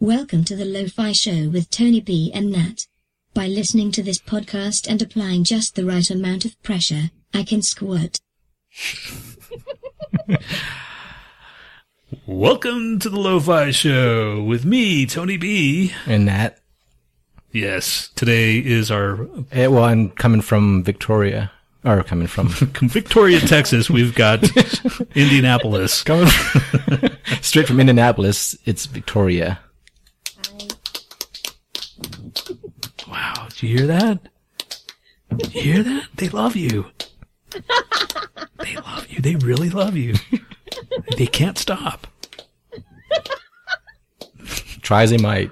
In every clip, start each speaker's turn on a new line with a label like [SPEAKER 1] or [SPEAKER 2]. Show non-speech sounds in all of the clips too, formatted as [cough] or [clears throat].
[SPEAKER 1] Welcome to the Lo-Fi Show with Tony B and Nat. By listening to this podcast and applying just the right amount of pressure, I can squirt.
[SPEAKER 2] Welcome to the Lo-Fi Show with me, Tony B.
[SPEAKER 3] And that,
[SPEAKER 2] Yes, today is our
[SPEAKER 3] eh, well, I'm coming from Victoria, or coming
[SPEAKER 2] [laughs]
[SPEAKER 3] from,
[SPEAKER 2] Victoria, Texas. We've [laughs] got Indianapolis.
[SPEAKER 3] coming from- [laughs] straight from Indianapolis. It's Victoria.
[SPEAKER 2] Wow, did you hear that? Did you hear that? They love [laughs] you. They love you. They really love you. They can't stop.
[SPEAKER 3] Try as they might.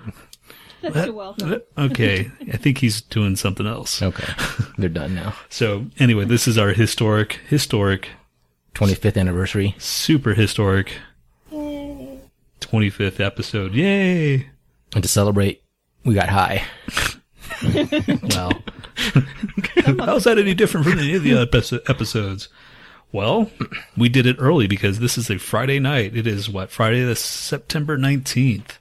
[SPEAKER 4] You're welcome.
[SPEAKER 2] Okay, I think he's doing something else.
[SPEAKER 3] Okay, they're done now.
[SPEAKER 2] So anyway, this is our historic, historic
[SPEAKER 3] 25th anniversary.
[SPEAKER 2] super historic 25th episode. Yay!
[SPEAKER 3] And to celebrate, we got high.
[SPEAKER 2] Well, how's that any different from any of the other episo- episodes? Well, we did it early because this is a Friday night. It is what Friday, the September nineteenth.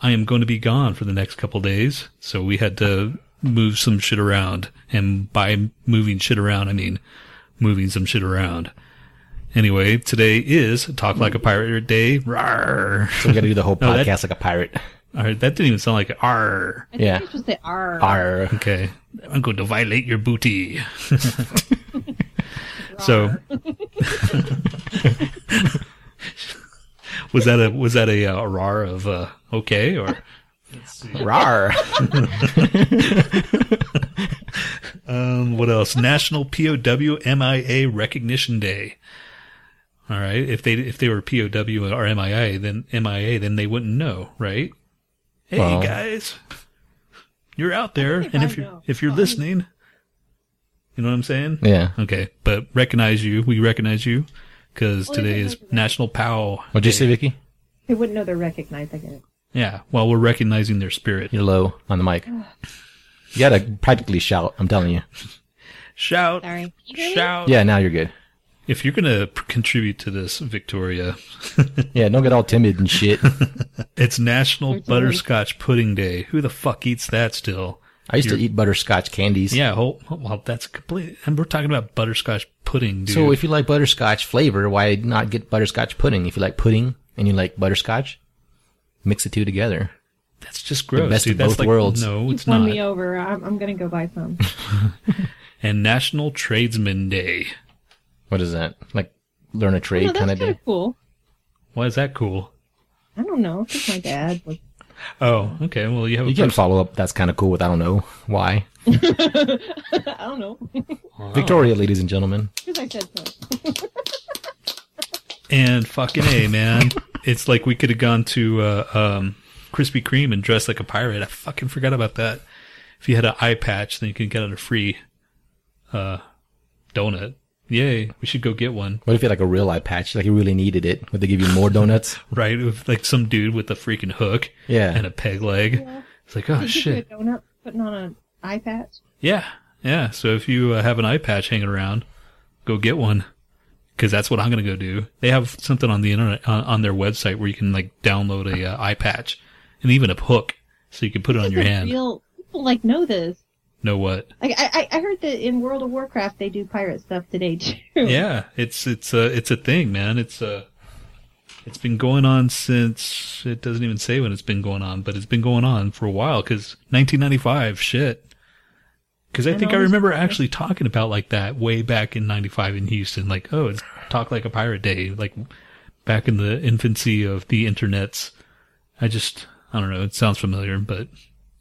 [SPEAKER 2] I am going to be gone for the next couple days, so we had to move some shit around. And by moving shit around, I mean moving some shit around. Anyway, today is Talk Like a Pirate Day. Rawr.
[SPEAKER 3] So we got to do the whole
[SPEAKER 2] No, that-
[SPEAKER 3] podcast like a pirate.
[SPEAKER 2] All right, that didn't even sound like R.
[SPEAKER 4] I think
[SPEAKER 3] yeah.
[SPEAKER 4] you're supposed to say R.
[SPEAKER 3] Arr.
[SPEAKER 2] Okay. I'm going to violate your booty. [laughs] so [laughs] was that a was that a, uh, a rar of uh, okay or
[SPEAKER 3] [laughs] Rar.
[SPEAKER 2] um, what else? National POW MIA Recognition Day. All right. If they if they were POW or MIA, then MIA, then they wouldn't know, right? Hey
[SPEAKER 3] Well-
[SPEAKER 2] guys, you're out there,
[SPEAKER 4] think they
[SPEAKER 2] and if
[SPEAKER 4] probably
[SPEAKER 2] you're
[SPEAKER 4] know.
[SPEAKER 2] if you're
[SPEAKER 4] Oh, I-
[SPEAKER 2] listening, you know what I'm saying?
[SPEAKER 3] Yeah.
[SPEAKER 2] Okay, but recognize you. We recognize you because
[SPEAKER 4] Well, they
[SPEAKER 2] today
[SPEAKER 4] did
[SPEAKER 2] is
[SPEAKER 4] recognize-
[SPEAKER 2] National POW.
[SPEAKER 3] What'd you say, Vicky?
[SPEAKER 4] They wouldn't know they're recognized, I guess.
[SPEAKER 2] Yeah. Well, we're recognizing their spirit.
[SPEAKER 3] You're low on the mic. You gotta practically shout. I'm telling you.
[SPEAKER 2] Shout!
[SPEAKER 4] Sorry. You hear me?
[SPEAKER 2] Shout!
[SPEAKER 3] Yeah, now you're good.
[SPEAKER 2] If you're gonna p- contribute to this, Victoria,
[SPEAKER 3] Yeah, don't get all timid and shit.
[SPEAKER 2] it's National
[SPEAKER 4] There's
[SPEAKER 2] Butterscotch Pudding Day. Who the fuck eats that still?
[SPEAKER 3] I used to
[SPEAKER 2] You're-
[SPEAKER 3] eat butterscotch candies.
[SPEAKER 2] Yeah. Whole, well, that's complete. And we're talking about butterscotch pudding, dude.
[SPEAKER 3] So if you like butterscotch flavor, why not get butterscotch pudding? If you like pudding and you like butterscotch, mix the two together.
[SPEAKER 2] that's just gross.
[SPEAKER 3] best
[SPEAKER 2] dude.
[SPEAKER 3] of
[SPEAKER 2] That's
[SPEAKER 3] both
[SPEAKER 2] like-
[SPEAKER 3] worlds.
[SPEAKER 2] No, it's
[SPEAKER 4] Won
[SPEAKER 2] not.
[SPEAKER 4] me over. I'm, I'm going to go buy some.
[SPEAKER 2] And National Tradesman Day.
[SPEAKER 3] What is that? Like learn a trade
[SPEAKER 4] no, that's
[SPEAKER 3] kind
[SPEAKER 4] kind
[SPEAKER 3] of day?
[SPEAKER 4] of cool.
[SPEAKER 2] Why is that cool?
[SPEAKER 4] I don't know. I think my dad was.
[SPEAKER 2] Oh, okay. Well, you have a
[SPEAKER 3] You can
[SPEAKER 2] person-
[SPEAKER 3] follow up. That's kind of cool with I don't know why.
[SPEAKER 4] [laughs] I don't know. [laughs]
[SPEAKER 3] Victoria, ladies and gentlemen.
[SPEAKER 4] Because I said so.
[SPEAKER 2] And fucking A, man. it's like we could have gone to uh, um, Krispy Kreme and dressed like a pirate. I fucking forgot about that. If you had an eye patch, then you could get a free uh, donut. Yay. We should go get one.
[SPEAKER 3] What if you had like a real eye patch? Like you really needed it? Would they give you more donuts?
[SPEAKER 2] Right? With like some dude with a freaking hook
[SPEAKER 3] Yeah.
[SPEAKER 2] and a peg leg. It's like, oh,
[SPEAKER 4] Did you do a
[SPEAKER 2] shit.
[SPEAKER 4] donut putting on an eye patch?
[SPEAKER 2] Yeah. Yeah. So if you uh, have an eye patch hanging around, go get one. Cause that's what I'm gonna go do. They have something on the internet on, on their website where you can like download a uh, eye patch and even a hook, so you can put it on your
[SPEAKER 4] This is
[SPEAKER 2] hand.
[SPEAKER 4] Real, people like know this.
[SPEAKER 2] Know what?
[SPEAKER 4] Like, I, I I heard that in World of Warcraft they do pirate stuff today [laughs] too.
[SPEAKER 2] Yeah, it's it's a it's a thing, man. It's a it's been going on since it doesn't even say when it's been going on, but it's been going on for a while. Cause 1995, shit. Cause I
[SPEAKER 4] I
[SPEAKER 2] think I
[SPEAKER 4] know.
[SPEAKER 2] remember actually talking about like that way back in 95 in Houston, like, oh, it's talk like a pirate day, like back in the infancy of the internets. I just, I don't know. It sounds familiar, but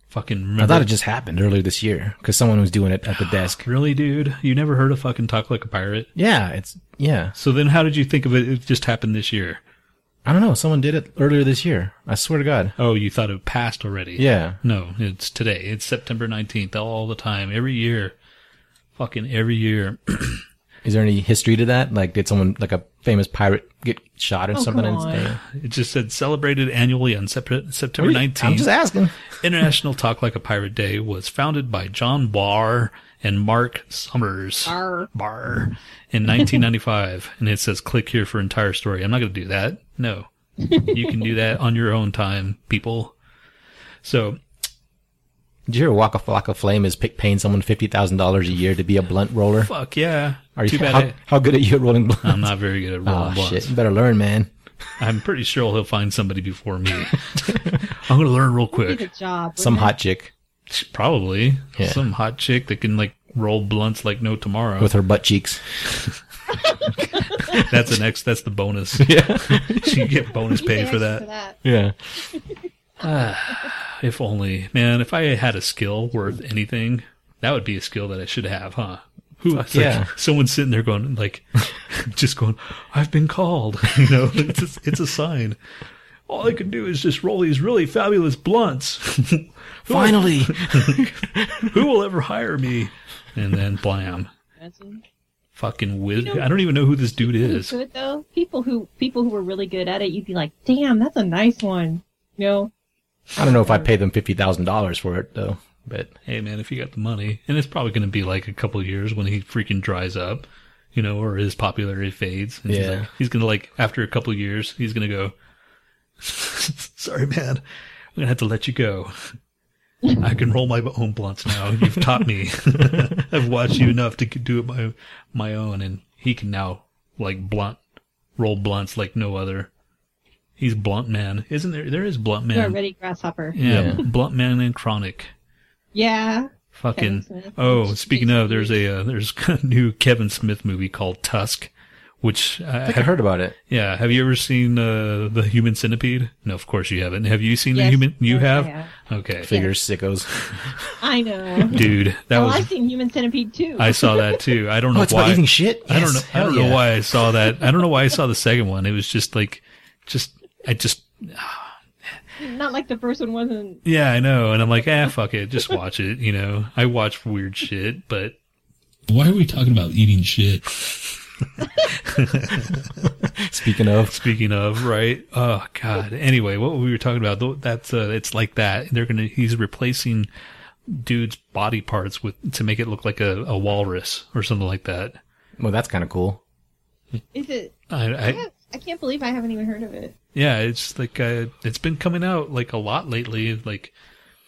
[SPEAKER 2] fucking remember.
[SPEAKER 3] I thought it just happened earlier this year because someone was doing it at the desk.
[SPEAKER 2] really, dude, you never heard of fucking talk like a pirate.
[SPEAKER 3] Yeah, it's yeah.
[SPEAKER 2] So then how did you think of it? It just happened this year.
[SPEAKER 3] I don't know. Someone did it earlier this year. I swear to God.
[SPEAKER 2] Oh, you thought it passed already?
[SPEAKER 3] Yeah.
[SPEAKER 2] No, it's today. It's September 19th all the time, every year. Fucking every year.
[SPEAKER 3] Is there any history to that? Like, did someone like a famous pirate get shot or
[SPEAKER 4] Oh,
[SPEAKER 3] something?
[SPEAKER 4] come
[SPEAKER 3] and-
[SPEAKER 4] on.
[SPEAKER 2] It just said celebrated annually on September, September 19th.
[SPEAKER 3] I'm just asking.
[SPEAKER 2] International Talk Like a Pirate Day was founded by John Barr and Mark Summers.
[SPEAKER 4] Barr.
[SPEAKER 2] [laughs] Barr. In 1995. and it says click here for entire story. I'm not going to do that. No. you can do that on your own time, people. So
[SPEAKER 3] Did you hear Waka Flocka Flame is pick paying someone fifty thousand dollars a year to be a blunt roller?
[SPEAKER 2] fuck yeah.
[SPEAKER 3] Are
[SPEAKER 2] Too
[SPEAKER 3] you
[SPEAKER 2] bad
[SPEAKER 3] [laughs] how,
[SPEAKER 2] I,
[SPEAKER 3] how good are you at rolling blunts?
[SPEAKER 2] I'm not very good at rolling
[SPEAKER 3] oh
[SPEAKER 2] blunts.
[SPEAKER 3] shit! You better learn, man.
[SPEAKER 2] I'm pretty sure he'll find somebody before me. I'm gonna learn real
[SPEAKER 4] Need a
[SPEAKER 2] quick.
[SPEAKER 4] job. wouldn't
[SPEAKER 3] Some
[SPEAKER 4] it?
[SPEAKER 3] hot chick
[SPEAKER 2] Probably
[SPEAKER 3] Yeah.
[SPEAKER 2] some hot chick that can like roll blunts like no tomorrow.
[SPEAKER 3] with her
[SPEAKER 2] [laughs]
[SPEAKER 3] butt cheeks.
[SPEAKER 2] that's the next. That's the
[SPEAKER 3] [laughs]
[SPEAKER 2] bonus.
[SPEAKER 3] Yeah,
[SPEAKER 2] you get bonus
[SPEAKER 4] You
[SPEAKER 2] pay
[SPEAKER 4] pay
[SPEAKER 2] for
[SPEAKER 4] extra
[SPEAKER 2] that.
[SPEAKER 3] yeah.
[SPEAKER 2] If only, man. If I had a skill worth anything, that would be a skill that I should have, huh? Who? It's like
[SPEAKER 3] yeah.
[SPEAKER 2] someone sitting there going, like, [laughs] just going, "I've been called." [laughs] You know, it's a, it's a sign. All I can do is just roll these really fabulous blunts. [laughs] [laughs] Who- [laughs]
[SPEAKER 3] Finally,
[SPEAKER 2] who will ever hire me? And then blam,
[SPEAKER 4] Imagine.
[SPEAKER 2] fucking whiz. I don't even know who this dude is.
[SPEAKER 4] Good though. People who people who were really good at it, you'd be like, damn, that's a nice one. You know,
[SPEAKER 3] I don't know if I pay them fifty thousand dollars for it though. But
[SPEAKER 2] Hey man, if you got the money, and it's probably going to be like a couple of years when he freaking dries up, you know, or his popularity fades. And He's,
[SPEAKER 3] Yeah.
[SPEAKER 2] like, he's going to like after a couple of years, he's going to go. [laughs] Sorry, man. I'm going to have to let you go. I can roll my own blunts now. You've taught me. [laughs] I've watched you enough to do it my my own, and he can now like blunt roll blunts like no other. He's blunt man, isn't there? There is blunt
[SPEAKER 4] you're a
[SPEAKER 2] man.
[SPEAKER 4] ready grasshopper.
[SPEAKER 2] Yeah,
[SPEAKER 3] Yeah.
[SPEAKER 2] blunt man and chronic.
[SPEAKER 4] Yeah.
[SPEAKER 2] Fucking
[SPEAKER 4] Kevin Smith.
[SPEAKER 2] oh! Speaking of, there's a uh, there's [laughs] a new Kevin Smith movie called Tusk, which uh,
[SPEAKER 3] I think I heard about it.
[SPEAKER 2] yeah. Have you ever seen uh, the Human Centipede? No, of course you haven't. Have you seen the
[SPEAKER 4] Yes.
[SPEAKER 2] Human? You
[SPEAKER 4] Yes, I
[SPEAKER 2] have?
[SPEAKER 4] have.
[SPEAKER 2] Okay,
[SPEAKER 3] Figures, sickos.
[SPEAKER 4] I know.
[SPEAKER 2] dude, that
[SPEAKER 4] well, I've
[SPEAKER 2] was
[SPEAKER 4] seen Human Centipede too.
[SPEAKER 2] I saw that too. I don't know
[SPEAKER 3] [laughs] Oh, it's
[SPEAKER 2] why.
[SPEAKER 3] about eating shit.
[SPEAKER 2] I don't know.
[SPEAKER 3] Yes,
[SPEAKER 2] I don't
[SPEAKER 3] hell
[SPEAKER 2] know
[SPEAKER 3] yeah.
[SPEAKER 2] why I saw that. I don't know why I saw the second one. It was just like, just I just
[SPEAKER 4] Not like the first one wasn't.
[SPEAKER 2] Yeah, I know. And I'm like, ah, fuck it. Just watch it. You know, I watch weird shit, but
[SPEAKER 5] Why are we talking about eating shit?
[SPEAKER 3] Speaking of,
[SPEAKER 2] speaking of, right? Oh God. Anyway, what we were talking about, tho- that's, uh, it's like that. They're going to, he's replacing dude's body parts with, to make it look like a, a walrus or something like that.
[SPEAKER 3] well, that's kind of cool.
[SPEAKER 4] Is it?
[SPEAKER 2] I,
[SPEAKER 4] I,
[SPEAKER 2] I
[SPEAKER 4] have- I can't believe I haven't even heard of it.
[SPEAKER 2] yeah, it's like, uh, it's been coming out like a lot lately, like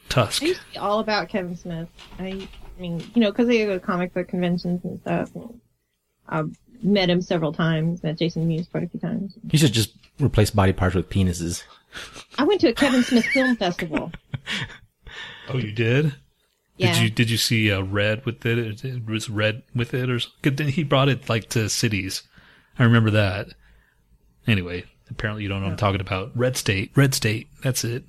[SPEAKER 2] Tusk.
[SPEAKER 4] I used to be all about Kevin Smith. I, I mean, you know, because I go to comic book conventions and stuff. And I met him several times. Met Jason Mewes quite a few times.
[SPEAKER 3] You should just replace body parts with penises.
[SPEAKER 4] I went to a
[SPEAKER 3] [laughs]
[SPEAKER 4] Kevin Smith film festival.
[SPEAKER 2] Oh, you did?
[SPEAKER 4] Yeah.
[SPEAKER 2] Did you did you see uh, Red with it? It was Red with it, or something? Then he brought it like to cities. I remember that. Anyway, apparently you don't know what I'm talking about. Red State, Red State. That's it.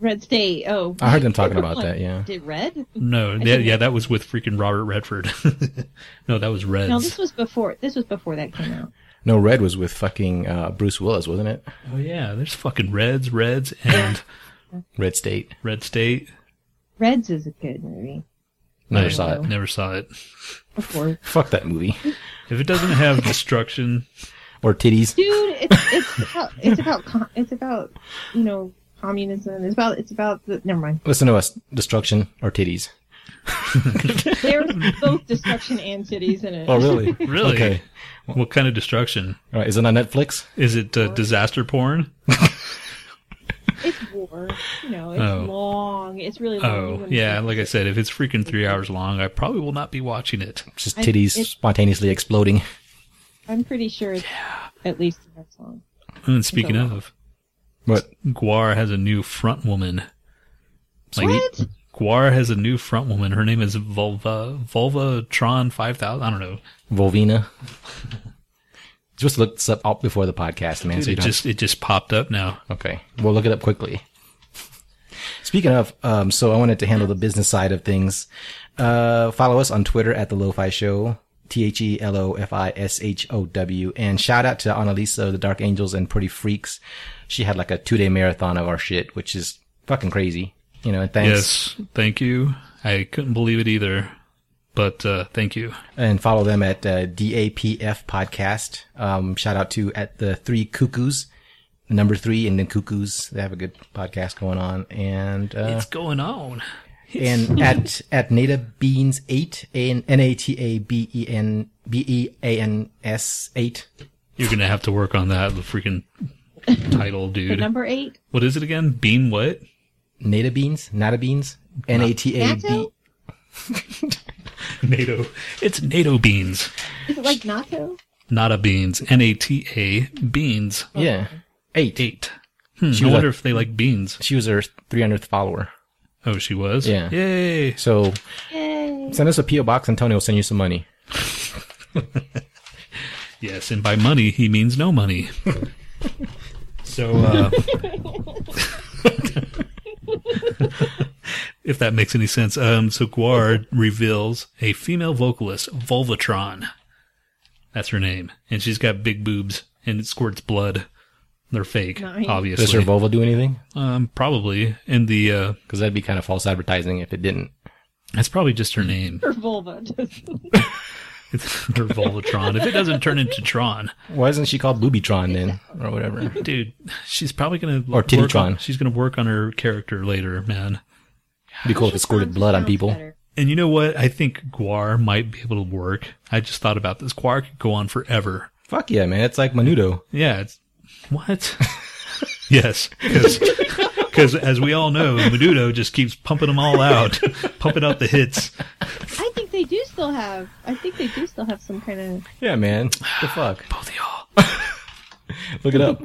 [SPEAKER 4] Red State. Oh,
[SPEAKER 3] I heard them talking about that. Yeah,
[SPEAKER 4] Did Red?
[SPEAKER 2] No, yeah, yeah, that was with freaking Robert Redford. [laughs] no, that was Reds.
[SPEAKER 4] No, this was before. This was before that came out.
[SPEAKER 3] no, Red was with fucking uh, Bruce Willis, wasn't it?
[SPEAKER 2] oh yeah, there's fucking Reds, Reds, and
[SPEAKER 3] Red State.
[SPEAKER 2] Red State.
[SPEAKER 4] Reds is a good movie.
[SPEAKER 3] Never
[SPEAKER 2] I
[SPEAKER 3] saw it.
[SPEAKER 2] Never saw it.
[SPEAKER 4] Before,
[SPEAKER 3] [laughs] Fuck that movie
[SPEAKER 2] If it doesn't have destruction,
[SPEAKER 3] or titties.
[SPEAKER 4] dude,
[SPEAKER 3] [laughs]
[SPEAKER 4] it's it's about it's about co- it's about you know communism. It's about it's about the never mind.
[SPEAKER 3] Listen to us. Destruction or titties. [laughs]
[SPEAKER 4] There's both destruction and titties in it.
[SPEAKER 3] Oh,
[SPEAKER 4] [laughs]
[SPEAKER 3] really?
[SPEAKER 2] really,
[SPEAKER 3] Okay.
[SPEAKER 2] what kind of destruction?
[SPEAKER 3] All right. Is it on Netflix?
[SPEAKER 2] Is it uh, disaster porn?
[SPEAKER 4] It's war. You know, it's
[SPEAKER 2] Oh.
[SPEAKER 4] long. It's really long. You
[SPEAKER 2] Oh,
[SPEAKER 4] wouldn't
[SPEAKER 2] yeah.
[SPEAKER 4] think-
[SPEAKER 2] Like I said, if it's freaking three hours long, I probably will not be watching it.
[SPEAKER 3] It's just
[SPEAKER 4] I-
[SPEAKER 3] titties
[SPEAKER 4] it-
[SPEAKER 3] spontaneously exploding.
[SPEAKER 4] I'm pretty sure it's at least that long.
[SPEAKER 2] And speaking
[SPEAKER 4] Okay.
[SPEAKER 2] of,
[SPEAKER 3] But
[SPEAKER 2] Guar has a new front woman. Like,
[SPEAKER 4] What?
[SPEAKER 2] Guar has a new front woman. Her name is Volva, Volva Tron 5000. I don't know.
[SPEAKER 3] Volvina. just look this up out before the podcast, man. so you
[SPEAKER 2] it
[SPEAKER 3] don't
[SPEAKER 2] just, it just popped up now.
[SPEAKER 3] Okay. We'll look it up quickly. Speaking of, um, so I wanted to handle the business side of things. Uh, follow us on Twitter at The Lo-Fi Show, E T-H-E-L-O-F-I-S-H-O-W. And shout out to Annalisa of the Dark Angels and Pretty Freaks. She had like a two day marathon of our shit, which is fucking crazy. You know, and thanks.
[SPEAKER 2] Yes. Thank you. I couldn't believe it either, but, uh, thank you.
[SPEAKER 3] And follow them at uh, DAPF Podcast. Um, shout out to at the Three Cuckoos, number three, and then Cuckoos. They have a good podcast going on. And uh,
[SPEAKER 2] What's going on?
[SPEAKER 3] and at at Nata Beans eight and N A T A B E N B E A N S eight.
[SPEAKER 2] You're going to have to work on that. The freaking title, [laughs]
[SPEAKER 4] But
[SPEAKER 2] dude.
[SPEAKER 4] number eight,
[SPEAKER 2] What is it again? Bean what? [laughs]
[SPEAKER 3] Nata beans? Nata beans? N A T A B. E,
[SPEAKER 4] natto.
[SPEAKER 2] NATO. It's NATO beans,
[SPEAKER 4] Is it like natto?
[SPEAKER 2] Nata beans. N A T A beans.
[SPEAKER 3] Yeah. Eight.
[SPEAKER 2] Eight. Hmm,
[SPEAKER 3] She
[SPEAKER 2] I
[SPEAKER 3] was
[SPEAKER 2] wonder
[SPEAKER 3] a-
[SPEAKER 2] if they like beans.
[SPEAKER 3] She was her 300th follower.
[SPEAKER 2] Oh, she was.
[SPEAKER 3] Yeah.
[SPEAKER 2] Yay.
[SPEAKER 3] So
[SPEAKER 4] Yay!
[SPEAKER 3] send us a P.O. box and Tony will send you some money.
[SPEAKER 2] Yes, and by money he means no money. so, uh, if that makes any sense, um, so Guard reveals a female vocalist, Volvatron. That's her name, and she's got big boobs and it squirts blood. They're fake,
[SPEAKER 4] Nice.
[SPEAKER 2] obviously.
[SPEAKER 3] Does her vulva do anything?
[SPEAKER 2] um, probably, and the uh,
[SPEAKER 3] Because that'd be kind of false advertising if it didn't.
[SPEAKER 2] that's probably just her name. [laughs]
[SPEAKER 4] Or [laughs] vulva. Just-
[SPEAKER 2] It's her Volvatron. If it doesn't turn into Tron,
[SPEAKER 3] Why isn't she called Boobytron then? Or whatever.
[SPEAKER 2] dude, she's probably gonna
[SPEAKER 3] Or
[SPEAKER 2] work on-
[SPEAKER 3] Tittytron.
[SPEAKER 2] She's gonna work on her character later, man.
[SPEAKER 3] be cool if it squirted blood on
[SPEAKER 4] Sounds
[SPEAKER 3] people.
[SPEAKER 4] better.
[SPEAKER 2] And you know what? I think Guar might be able to work. I just thought about this. Guar could go on forever.
[SPEAKER 3] Fuck yeah, man. It's like Menudo.
[SPEAKER 2] Yeah. It's, what? [laughs] yes. Because as we all know, Menudo just keeps pumping them all out, [laughs] pumping out the hits.
[SPEAKER 4] I think they do still have. I think they do still have some kind of.
[SPEAKER 3] Yeah, man. the fuck?
[SPEAKER 2] Both of y'all.
[SPEAKER 3] [laughs] Look it up.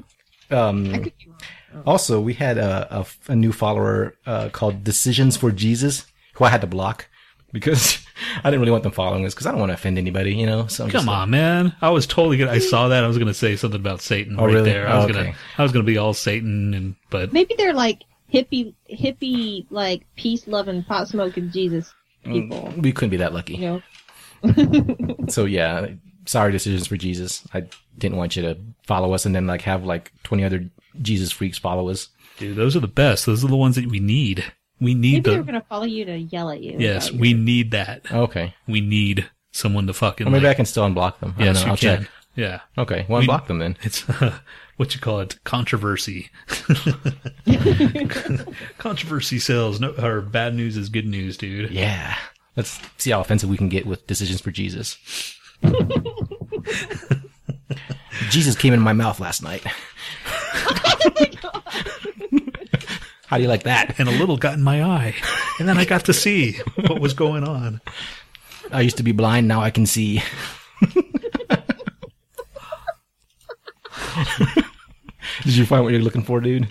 [SPEAKER 4] I could be wrong.
[SPEAKER 3] Also, we had a, a, a new follower uh, called Decisions for Jesus, who I had to block because [laughs] I didn't really want them following us because I don't want to offend anybody, you know. So I'm just
[SPEAKER 2] Come
[SPEAKER 3] like-
[SPEAKER 2] on, man. I was totally gonna I saw that. I was gonna say something about Satan
[SPEAKER 3] Oh,
[SPEAKER 2] right
[SPEAKER 3] really?
[SPEAKER 2] there. I was
[SPEAKER 3] Oh,
[SPEAKER 2] gonna
[SPEAKER 3] okay.
[SPEAKER 2] I was gonna be all Satan and but
[SPEAKER 4] Maybe they're like hippie, hippie, like peace loving, pot smoking Jesus
[SPEAKER 2] Mm.
[SPEAKER 4] people.
[SPEAKER 3] we couldn't be that lucky.
[SPEAKER 4] You know,
[SPEAKER 3] So yeah, sorry, Decisions for Jesus. I didn't want you to follow us and then like have like 20 other Jesus freaks follow us.
[SPEAKER 2] dude, those are the best. Those are the ones that we need. We need
[SPEAKER 4] maybe they're
[SPEAKER 2] the
[SPEAKER 4] gonna follow you to yell at you.
[SPEAKER 2] Yes,
[SPEAKER 4] about
[SPEAKER 2] we need that.
[SPEAKER 3] Okay,
[SPEAKER 2] We need someone to fucking
[SPEAKER 3] or maybe
[SPEAKER 2] like,
[SPEAKER 3] I can still unblock them. I don't
[SPEAKER 2] Yes,
[SPEAKER 3] know.
[SPEAKER 2] you
[SPEAKER 3] I'll
[SPEAKER 2] can.
[SPEAKER 3] check.
[SPEAKER 2] Yeah.
[SPEAKER 3] Okay, well,
[SPEAKER 2] We-
[SPEAKER 3] unblock them then.
[SPEAKER 2] It's [laughs] uh, what you call it controversy. [laughs] controversy sells. No, or bad news is good news, dude.
[SPEAKER 3] Yeah, let's see how offensive we can get with Decisions for [laughs] Jesus. Jesus came in my mouth last night. How do you like that?
[SPEAKER 2] And a little got in my eye, and then I got to see what was going on.
[SPEAKER 3] I used to be blind, now I can see. [laughs] Did you find what you're looking for, dude?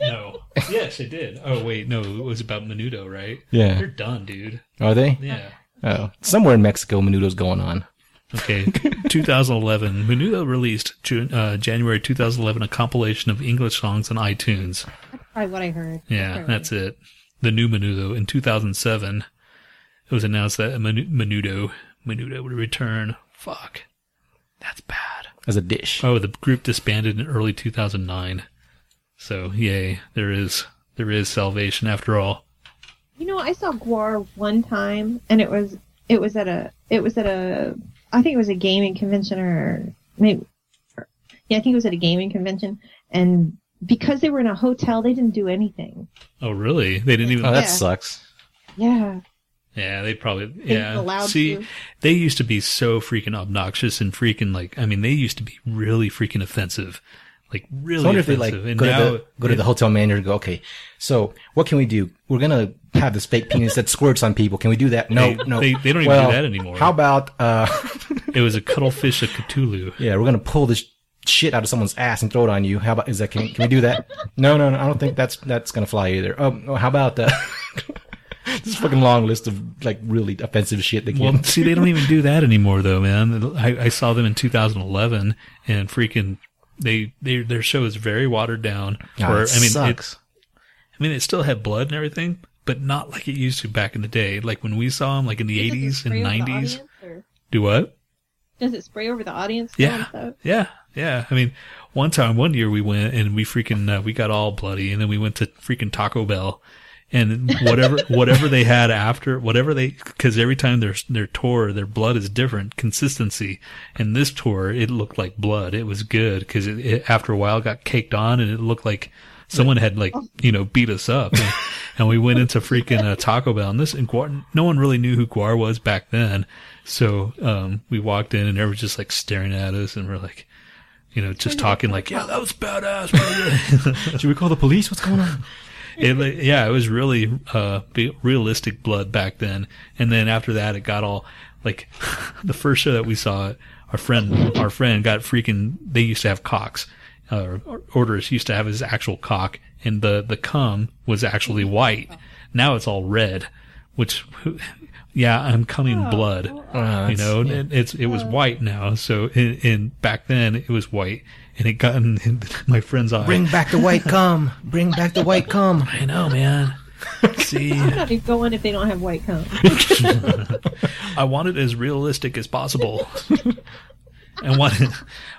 [SPEAKER 2] No. Yes, it did. Oh wait, no, it was about Menudo, right?
[SPEAKER 3] Yeah.
[SPEAKER 2] They're done, dude.
[SPEAKER 3] Are they?
[SPEAKER 2] Yeah.
[SPEAKER 3] Oh, somewhere in Mexico, menudo's going on.
[SPEAKER 2] Okay, 2011. Menudo released June, uh, January 2011 a compilation of English songs on iTunes.
[SPEAKER 4] Probably what I heard.
[SPEAKER 2] Yeah, that's it. The new Menudo in 2007. It was announced that Menu- Menudo Menudo would return. Fuck, that's bad.
[SPEAKER 3] As a dish.
[SPEAKER 2] Oh, the group disbanded in early 2009. So yay, there is there is salvation after all.
[SPEAKER 4] You know, I saw Guar one time, and it was it was at a it was at a I think it was a gaming convention or maybe or- yeah I think it was at a gaming convention, and because they were in a hotel, they didn't do anything.
[SPEAKER 2] Oh really? They didn't even.
[SPEAKER 3] Oh, that
[SPEAKER 4] Yeah.
[SPEAKER 3] sucks.
[SPEAKER 4] Yeah,
[SPEAKER 2] yeah, they probably.
[SPEAKER 4] they
[SPEAKER 2] Yeah.
[SPEAKER 4] weren't allowed
[SPEAKER 2] See,
[SPEAKER 4] to.
[SPEAKER 2] they used to be so freaking obnoxious and freaking like. I mean, they used to be really freaking offensive. Like really
[SPEAKER 3] I wonder if they like
[SPEAKER 2] offensive.
[SPEAKER 3] go,
[SPEAKER 2] and
[SPEAKER 3] to
[SPEAKER 2] now,
[SPEAKER 3] the, go to the hotel manager and go, okay, so what can we do? We're gonna have this fake penis that squirts on people. Can we do that? No,
[SPEAKER 2] They-
[SPEAKER 3] no.
[SPEAKER 2] they- they don't even do
[SPEAKER 3] well,
[SPEAKER 2] that anymore.
[SPEAKER 3] How about uh,
[SPEAKER 2] it was a cuttlefish of Cthulhu.
[SPEAKER 3] yeah, we're gonna pull this shit out of someone's ass and throw it on you. How about is that? Can, can we do that? No, no, no. I don't think that's that's gonna fly either. Oh, oh, how about uh, [laughs] this fucking long list of like really offensive shit they can.
[SPEAKER 2] Well, see, they don't even do that anymore, though, man. I, I saw them in 2011, and freaking they, they their show is very watered down.
[SPEAKER 3] Oh,
[SPEAKER 2] Or,
[SPEAKER 3] it
[SPEAKER 2] I mean,
[SPEAKER 3] sucks.
[SPEAKER 2] It, I mean, it still had blood and everything, but not like it used to back in the day. Like when we saw them, like in the
[SPEAKER 4] Does it
[SPEAKER 2] 80s and
[SPEAKER 4] spray over the
[SPEAKER 2] 90s.
[SPEAKER 4] audience, Oh, or
[SPEAKER 2] Do what?
[SPEAKER 4] Does it spray over the audience? still and
[SPEAKER 2] Yeah,
[SPEAKER 4] stuff?
[SPEAKER 2] yeah, yeah. I mean, one time, one year we went and we freaking uh, we got all bloody, and then we went to freaking Taco Bell, and whatever whatever they had after whatever they because every time their their tour their blood is different consistency, and this tour it looked like blood. It was good because it, it after a while got caked on, and it looked like someone had like you know beat us up. And, and we went into freaking uh, Taco Bell, and this and Guar, no one really knew who Guar was back then. So um, we walked in, and everyone was just like staring at us, and we're like, You know, just talking like, yeah, that was badass. [laughs] brother."
[SPEAKER 3] [laughs] Should we call the police? What's going on?
[SPEAKER 2] it, like, yeah, it was really uh, be- realistic blood back then. And then after that, it got all like the first show that we saw. Our friend, our friend got freaking. They used to have cocks. Uh, or- orders used to have his actual cock, and the the cum was actually white. Now it's all red, which, yeah, I'm coming blood
[SPEAKER 3] Uh,
[SPEAKER 2] you know, and it's it was white now. So in, in back then it was white, and it got in, in my friend's eye.
[SPEAKER 3] bring back the white cum. Bring back the white cum.
[SPEAKER 2] I know, man. See,
[SPEAKER 4] I'm not even going if they don't have white cones.
[SPEAKER 2] I want it as realistic as possible. [laughs] I want it,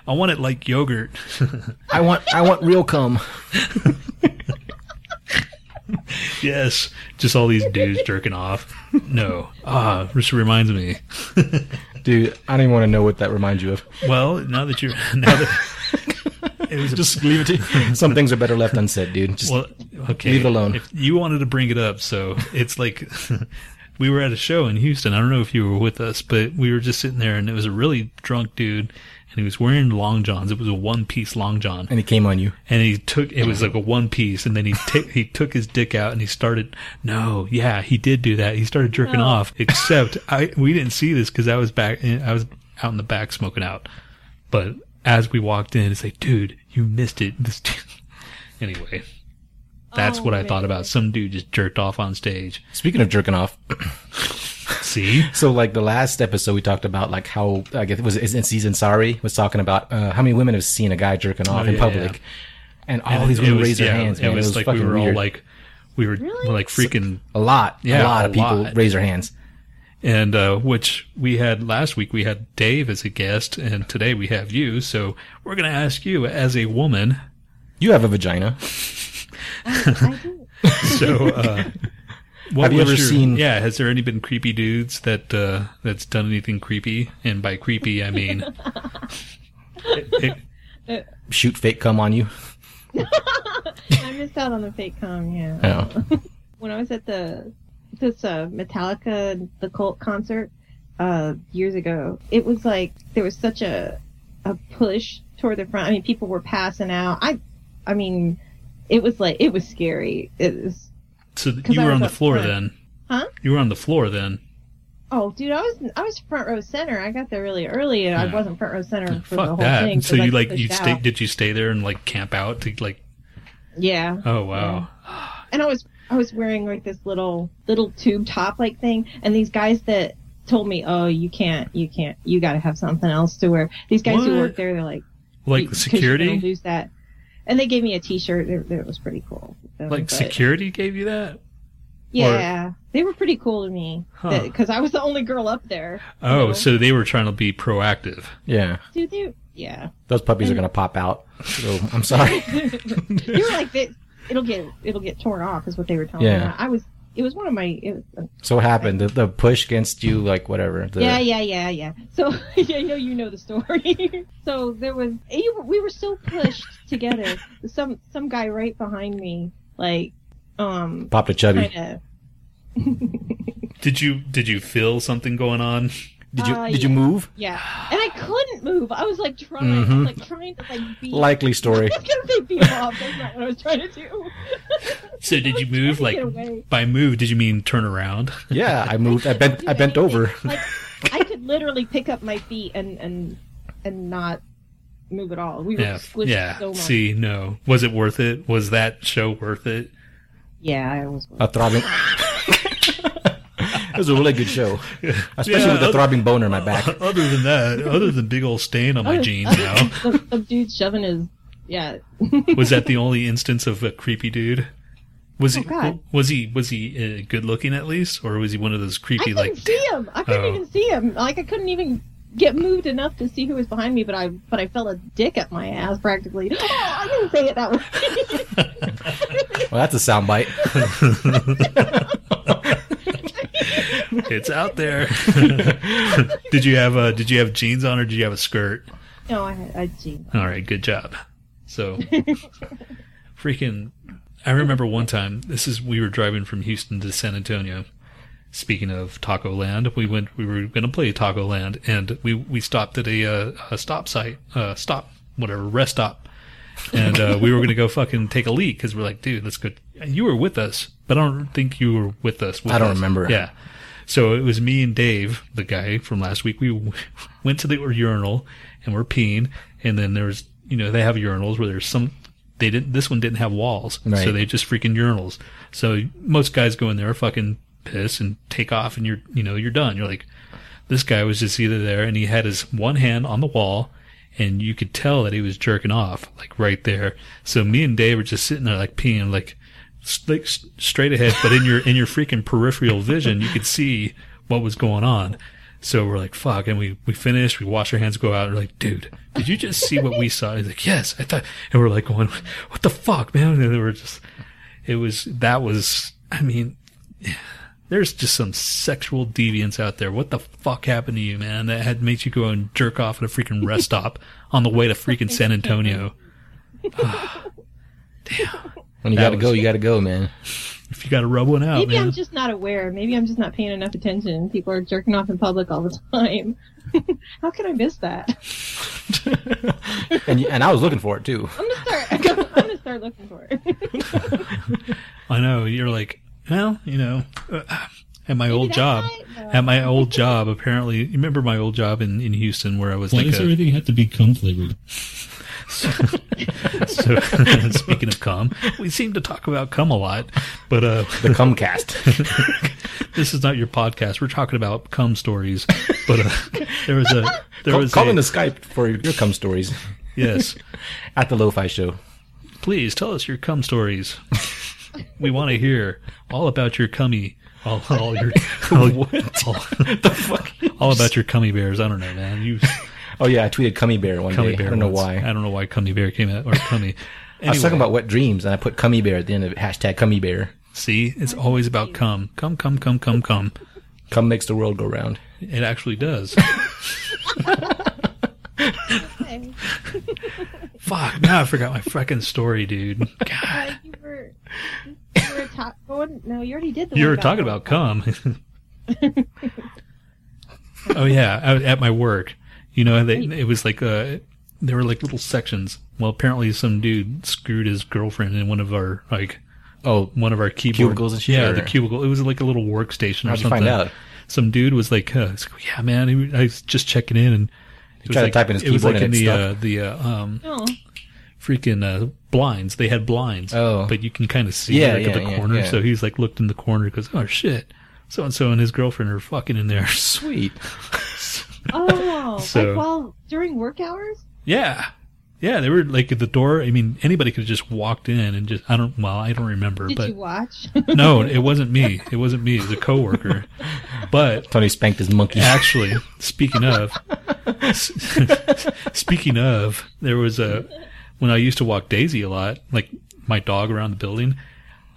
[SPEAKER 2] I want it like yogurt.
[SPEAKER 3] I want I want real cum.
[SPEAKER 2] yes, just all these dudes jerking off. No, ah, this reminds me.
[SPEAKER 3] Dude, I don't even want to know what that reminds you of.
[SPEAKER 2] Well, now that you're now that [laughs] it was a,
[SPEAKER 3] Just leave it to [laughs] Some things are better left unsaid, dude. Just
[SPEAKER 2] Well, okay.
[SPEAKER 3] Leave it alone.
[SPEAKER 2] If you wanted to bring it up, so it's like [laughs] we were at a show in Houston. I don't know if you were with us, but we were just sitting there, and it was a really drunk dude, and he was wearing long johns. It was a one piece long john,
[SPEAKER 3] and it came on you.
[SPEAKER 2] and he took it was like a one piece, and then he ta- he took his dick out and he started. No, yeah, he did do that. He started jerking
[SPEAKER 4] Oh.
[SPEAKER 2] off. Except I we didn't see this because I was back. I was out in the back smoking out, but as we walked in, it's like, dude, you missed it. This [laughs] anyway. That's
[SPEAKER 4] Oh,
[SPEAKER 2] what I
[SPEAKER 4] man.
[SPEAKER 2] thought about. Some dude just jerked off on stage.
[SPEAKER 3] Speaking of jerking off,
[SPEAKER 2] See?
[SPEAKER 3] so like the last episode we talked about like how I guess it was in season sorry was talking about uh, how many women have seen a guy jerking off
[SPEAKER 2] Oh,
[SPEAKER 3] in
[SPEAKER 2] yeah,
[SPEAKER 3] public.
[SPEAKER 2] yeah.
[SPEAKER 3] And all these women raise their
[SPEAKER 2] yeah,
[SPEAKER 3] hands,
[SPEAKER 2] It
[SPEAKER 3] man.
[SPEAKER 2] was, like we
[SPEAKER 3] fucking
[SPEAKER 2] were
[SPEAKER 3] weird.
[SPEAKER 2] all like, we were like freaking
[SPEAKER 3] a lot,
[SPEAKER 2] Yeah,
[SPEAKER 3] a lot
[SPEAKER 2] a
[SPEAKER 3] of people
[SPEAKER 2] lot.
[SPEAKER 3] raise their hands.
[SPEAKER 2] and uh, which we had last week. We had Dave as a guest, and today we have you. So we're going to ask you, as a woman,
[SPEAKER 3] You have a vagina.
[SPEAKER 4] I do.
[SPEAKER 2] so
[SPEAKER 3] [laughs]
[SPEAKER 2] uh, what
[SPEAKER 3] Have you
[SPEAKER 2] was
[SPEAKER 3] ever
[SPEAKER 2] your-
[SPEAKER 3] seen-
[SPEAKER 2] Yeah, has there any been creepy dudes that uh, that's done anything creepy? And by creepy, I
[SPEAKER 4] [laughs]
[SPEAKER 2] mean it, it-
[SPEAKER 3] Shoot fake cum on you.
[SPEAKER 4] I missed out on the fake com, yeah.
[SPEAKER 3] Yeah.
[SPEAKER 4] when I was at the this uh, Metallica the Cult concert uh, years ago, it was like there was such a a push toward the front. I mean, people were passing out. I, I mean, it was like it was scary. It was
[SPEAKER 2] so that
[SPEAKER 4] 'Cause
[SPEAKER 2] you
[SPEAKER 4] I
[SPEAKER 2] were
[SPEAKER 4] was
[SPEAKER 2] on the
[SPEAKER 4] up
[SPEAKER 2] floor
[SPEAKER 4] front.
[SPEAKER 2] then.
[SPEAKER 4] Huh?
[SPEAKER 2] You were on the floor then.
[SPEAKER 4] oh, dude, I was I was front row center. I got there really early, and
[SPEAKER 2] Yeah.
[SPEAKER 4] I wasn't front row center for the whole
[SPEAKER 2] Fuck that.
[SPEAKER 4] thing.
[SPEAKER 2] so
[SPEAKER 4] 'cause I
[SPEAKER 2] you like
[SPEAKER 4] pushed
[SPEAKER 2] you
[SPEAKER 4] out.
[SPEAKER 2] stay? Did you stay there and like camp out to like?
[SPEAKER 4] Yeah.
[SPEAKER 2] Oh wow.
[SPEAKER 4] and I was I was wearing like this little little tube top like thing, and these guys that told me, "Oh, you can't, you can't, you got to have something else to wear." These guys who
[SPEAKER 2] What?
[SPEAKER 4] work there, they're like,
[SPEAKER 2] Like
[SPEAKER 4] "You- 'cause [laughs] you're gonna
[SPEAKER 2] security?
[SPEAKER 4] lose that." And they gave me a T-shirt that, that was pretty cool. So,
[SPEAKER 2] Like
[SPEAKER 4] but-
[SPEAKER 2] security gave you that?
[SPEAKER 4] Yeah, they were pretty cool to me
[SPEAKER 2] Huh.
[SPEAKER 4] because I was the only girl up there. you
[SPEAKER 2] Oh,
[SPEAKER 4] know?
[SPEAKER 2] so they were trying to be proactive.
[SPEAKER 3] [laughs] Yeah.
[SPEAKER 4] dude, they, yeah,
[SPEAKER 3] Those puppies are gonna pop out. So I'm [laughs] sorry.
[SPEAKER 4] they were like, they, "It'll get, it'll get torn off," is what they were telling me.
[SPEAKER 3] Yeah.
[SPEAKER 4] I was. It was one of my. It was,
[SPEAKER 3] So what happened? The, the push against you, like whatever. The,
[SPEAKER 4] Yeah, yeah, yeah, yeah. So [laughs] yeah, I know you know the story. [laughs] so there was you, were- we were so pushed together. Some some guy right behind me, like um,
[SPEAKER 3] Popped a chubby.
[SPEAKER 4] kind of.
[SPEAKER 2] Did you did you feel something going on? [laughs]
[SPEAKER 3] Did you
[SPEAKER 4] Uh,
[SPEAKER 3] did you
[SPEAKER 4] yeah.
[SPEAKER 3] move?
[SPEAKER 4] Yeah, and I couldn't move. I was like trying, I
[SPEAKER 3] Mhm.
[SPEAKER 4] was, like trying to like beat.
[SPEAKER 3] Likely story.
[SPEAKER 4] [laughs] I was gonna say beat him off. That's not what I was trying to do.
[SPEAKER 2] So did you move
[SPEAKER 4] [laughs] Trying
[SPEAKER 2] like
[SPEAKER 4] to get away.
[SPEAKER 2] by move? Did you mean turn around?
[SPEAKER 3] yeah, I moved. I bent.
[SPEAKER 4] do
[SPEAKER 3] I bent
[SPEAKER 4] anything.
[SPEAKER 3] over.
[SPEAKER 4] Like I could literally pick up my feet and and and not move at all. We were
[SPEAKER 2] Yeah,
[SPEAKER 4] squished
[SPEAKER 2] yeah.
[SPEAKER 4] so much.
[SPEAKER 2] See, no. Was it worth it? Was that show worth it?
[SPEAKER 4] Yeah, I was.
[SPEAKER 2] [laughs]
[SPEAKER 3] A throbbing. it was a really good show, especially
[SPEAKER 2] Yeah,
[SPEAKER 3] with the
[SPEAKER 2] other-
[SPEAKER 3] throbbing boner in my back.
[SPEAKER 2] Other than
[SPEAKER 4] [laughs]
[SPEAKER 2] that, other than big old stain on my jeans now,
[SPEAKER 4] Some, some dude shoving his yeah.
[SPEAKER 2] was that the only instance of a creepy dude? Was he
[SPEAKER 4] Oh, God.
[SPEAKER 2] was he was he uh, good looking at least, or was he one of those
[SPEAKER 4] I
[SPEAKER 2] creepy
[SPEAKER 4] couldn't
[SPEAKER 2] like?
[SPEAKER 4] see him. I couldn't
[SPEAKER 2] Oh.
[SPEAKER 4] even see him. Like I couldn't even get moved enough to see who was behind me. But I but I felt a dick up my ass practically. [gasps] Oh, I didn't say it that way. [laughs]
[SPEAKER 3] Well, that's a soundbite.
[SPEAKER 2] It's out
[SPEAKER 4] [laughs]
[SPEAKER 2] there. [laughs] did you have uh, did you have jeans on or did you have a skirt?
[SPEAKER 4] no, I had I gee.
[SPEAKER 2] All right, good job. So, freaking, I remember one time. This is we were driving from Houston to San Antonio. Speaking of Taco Land, we went. We were going to play Taco Land, and we we stopped at a, uh, a stop site, uh, stop whatever rest stop, and uh, we were gonna go fucking take a leak because we're like, dude, let's go. You were with us, but I don't think you were with us. with
[SPEAKER 3] I don't
[SPEAKER 2] us.
[SPEAKER 3] remember.
[SPEAKER 2] Yeah. So it was me and Dave, the guy from last week. We [laughs] w- went to the urinal and we're peeing, and then there's you know they have urinals where there's some. They didn't. This one didn't have walls,
[SPEAKER 3] Right.
[SPEAKER 2] so they just freaking urinals. So most guys go in there, fucking piss and take off, and you're you know you're done. You're like, this guy was just either there, and he had his one hand on the wall, and you could tell that he was jerking off like right there. So me and Dave were just sitting there like peeing like s- like s- straight ahead, but in your in your freaking peripheral vision, you could see what was going on. So we're like, fuck, and we we finish, we wash our hands, go out, and we're like, dude, did you just see what we saw? He's like, yes, I thought, and we're like going, what the fuck, man? And they were just, it was that was, I mean, there's just some sexual deviants out there. What the fuck happened to you, man? That had makes you go and jerk off at a freaking
[SPEAKER 4] [laughs]
[SPEAKER 2] rest stop on the way to freaking San Antonio.
[SPEAKER 3] When you
[SPEAKER 2] That
[SPEAKER 3] gotta go,
[SPEAKER 2] was-
[SPEAKER 3] you gotta go, man.
[SPEAKER 2] If you got to rub one out,
[SPEAKER 4] Maybe
[SPEAKER 2] Oh, man.
[SPEAKER 4] I'm just not aware. Maybe I'm just not paying enough attention. People are jerking off in public all the time. [laughs] How can I miss that?
[SPEAKER 3] And you- and I was looking for it too.
[SPEAKER 4] I'm gonna start. I'm gonna start looking for it. [laughs]
[SPEAKER 2] I know. You're like, well, you know, uh, at my old
[SPEAKER 4] that's
[SPEAKER 2] job,
[SPEAKER 4] right, though.
[SPEAKER 2] at my old job, apparently, you remember my old job in, in Houston where I was
[SPEAKER 5] Why
[SPEAKER 2] like
[SPEAKER 5] does
[SPEAKER 2] a,
[SPEAKER 5] everything have to be cum flavored?
[SPEAKER 2] so, [laughs] speaking of cum, we seem to talk about cum a lot, but, uh, [laughs]
[SPEAKER 3] The Comcast.
[SPEAKER 2] this is not your podcast. We're talking about cum stories, but, uh, there was a, there
[SPEAKER 3] call,
[SPEAKER 2] was
[SPEAKER 3] call
[SPEAKER 2] a,
[SPEAKER 3] in the Skype for your cum stories
[SPEAKER 2] yes,
[SPEAKER 3] at the Lo-Fi Show.
[SPEAKER 2] please tell us your cum stories. We want to hear all about your cummy, all, all
[SPEAKER 3] [laughs]
[SPEAKER 2] your, all, what? All, the fuck? All about your cummy bears. I don't know, man. You,
[SPEAKER 3] Oh yeah, I tweeted Cummy Bear one
[SPEAKER 2] Cummy
[SPEAKER 3] day.
[SPEAKER 2] bear.
[SPEAKER 3] I don't know
[SPEAKER 2] once.
[SPEAKER 3] why.
[SPEAKER 2] I don't know why cummy bear came out or cummy.
[SPEAKER 3] I was
[SPEAKER 2] Anyway,
[SPEAKER 3] talking about wet dreams, and I put Cummy Bear at the end of it. Hashtag Cummy Bear.
[SPEAKER 2] see, it's always about cum, cum, cum, cum, cum, cum.
[SPEAKER 3] Cum makes the world go round.
[SPEAKER 2] It actually
[SPEAKER 3] [laughs]
[SPEAKER 2] does.
[SPEAKER 4] Okay.
[SPEAKER 2] Fuck! Now I forgot my fucking story, dude. God,
[SPEAKER 4] Uh, you were. You were top going. No, you already did the.
[SPEAKER 2] you
[SPEAKER 4] one
[SPEAKER 2] were talking about cum. [laughs] oh yeah, I was at my work, you know, they, it was like uh, there were like little sections. Well, apparently some dude screwed his girlfriend in one of our like
[SPEAKER 3] Oh,
[SPEAKER 2] one of our keyboard
[SPEAKER 3] Cubicles and shit,
[SPEAKER 2] Yeah,
[SPEAKER 3] or-
[SPEAKER 2] the cubicle. It was like a little workstation or
[SPEAKER 3] How'd you
[SPEAKER 2] something.
[SPEAKER 3] find out?
[SPEAKER 2] Some dude was like, uh, he's like, "Yeah, man, he- I was just checking in and." He
[SPEAKER 3] tried to type in his
[SPEAKER 2] it was
[SPEAKER 3] keyboard
[SPEAKER 2] like in
[SPEAKER 3] and it
[SPEAKER 2] the uh,
[SPEAKER 3] stuck.
[SPEAKER 2] the uh, um,
[SPEAKER 4] No.
[SPEAKER 2] freaking uh, blinds. They had blinds.
[SPEAKER 3] Oh.
[SPEAKER 2] But you can kind of see
[SPEAKER 3] Yeah,
[SPEAKER 2] like, at
[SPEAKER 3] yeah,
[SPEAKER 2] the
[SPEAKER 3] yeah,
[SPEAKER 2] corner.
[SPEAKER 3] yeah.
[SPEAKER 2] So he's like looked in the corner goes, oh shit. So and so and his girlfriend are fucking in there. [laughs]
[SPEAKER 3] sweet.
[SPEAKER 4] Oh,
[SPEAKER 2] So-
[SPEAKER 4] like while during work hours.
[SPEAKER 2] yeah. Yeah, they were like at the door. I mean, anybody could have just walked in and just, I don't, well, I don't remember,
[SPEAKER 4] Did
[SPEAKER 2] but
[SPEAKER 4] you watch? [laughs]
[SPEAKER 2] no, it wasn't me. It wasn't me. It was a
[SPEAKER 3] [laughs]
[SPEAKER 2] coworker. but
[SPEAKER 3] Tony spanked his
[SPEAKER 2] [laughs]
[SPEAKER 3] monkey.
[SPEAKER 2] actually, speaking of, speaking of, there was a when I used to walk Daisy a lot, like my dog around the building.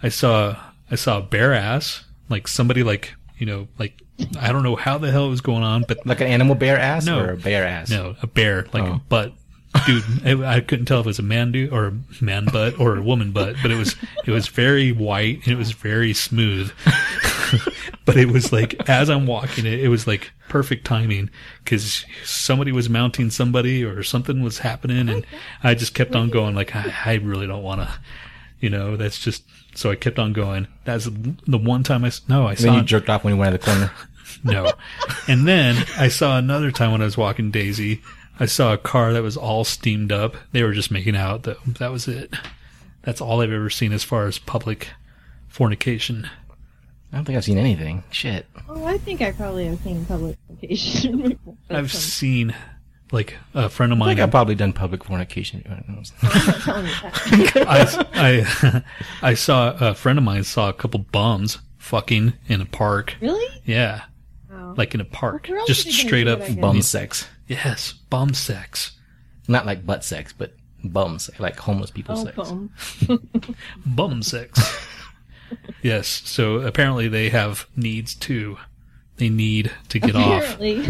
[SPEAKER 2] I saw I saw a bare ass, like somebody like you know like I don't know how the hell it was going on, but
[SPEAKER 3] Like an animal bear ass
[SPEAKER 2] No.
[SPEAKER 3] or a bear ass?
[SPEAKER 2] no, a bear like a
[SPEAKER 3] Oh.
[SPEAKER 2] butt. Dude, [laughs] I, I couldn't tell if it was a man dude or a man butt or a woman butt, but it was it was very white and it was very smooth. [laughs] but it was like as I'm walking it, it was like perfect timing because somebody was mounting somebody or something was happening, and I just kept on going like I, I really don't want to, you know. That's just so I kept on going. That's the one time I s- no I
[SPEAKER 3] And then
[SPEAKER 2] saw
[SPEAKER 3] you jerked off when you went out of the corner.
[SPEAKER 2] no. And then I saw another time when I was walking Daisy, I saw a car that was all steamed up. They were just making out, though. That was it. That's all I've ever seen as far as public fornication.
[SPEAKER 3] I don't think I've seen anything. Shit.
[SPEAKER 4] oh, I think I probably have seen public [laughs] location.
[SPEAKER 2] I've seen, like, a friend of
[SPEAKER 3] I
[SPEAKER 2] mine.
[SPEAKER 3] think I've probably done public fornication.
[SPEAKER 4] telling you that.
[SPEAKER 2] I, I, [laughs] I saw a friend of mine saw a couple bums fucking in a park.
[SPEAKER 4] Really?
[SPEAKER 2] Yeah,
[SPEAKER 4] Oh.
[SPEAKER 2] like in a park,
[SPEAKER 4] Well, girls
[SPEAKER 2] just
[SPEAKER 4] are gonna
[SPEAKER 2] straight
[SPEAKER 4] do
[SPEAKER 2] up
[SPEAKER 4] it, I guess.
[SPEAKER 3] [laughs] Bum sex.
[SPEAKER 2] Yes, bum sex.
[SPEAKER 3] Not like butt sex, but bums. Like homeless people
[SPEAKER 4] oh,
[SPEAKER 3] sex.
[SPEAKER 4] boom.
[SPEAKER 2] bum sex. [laughs] yes, so apparently they have needs too. They need to get off.
[SPEAKER 4] Apparently,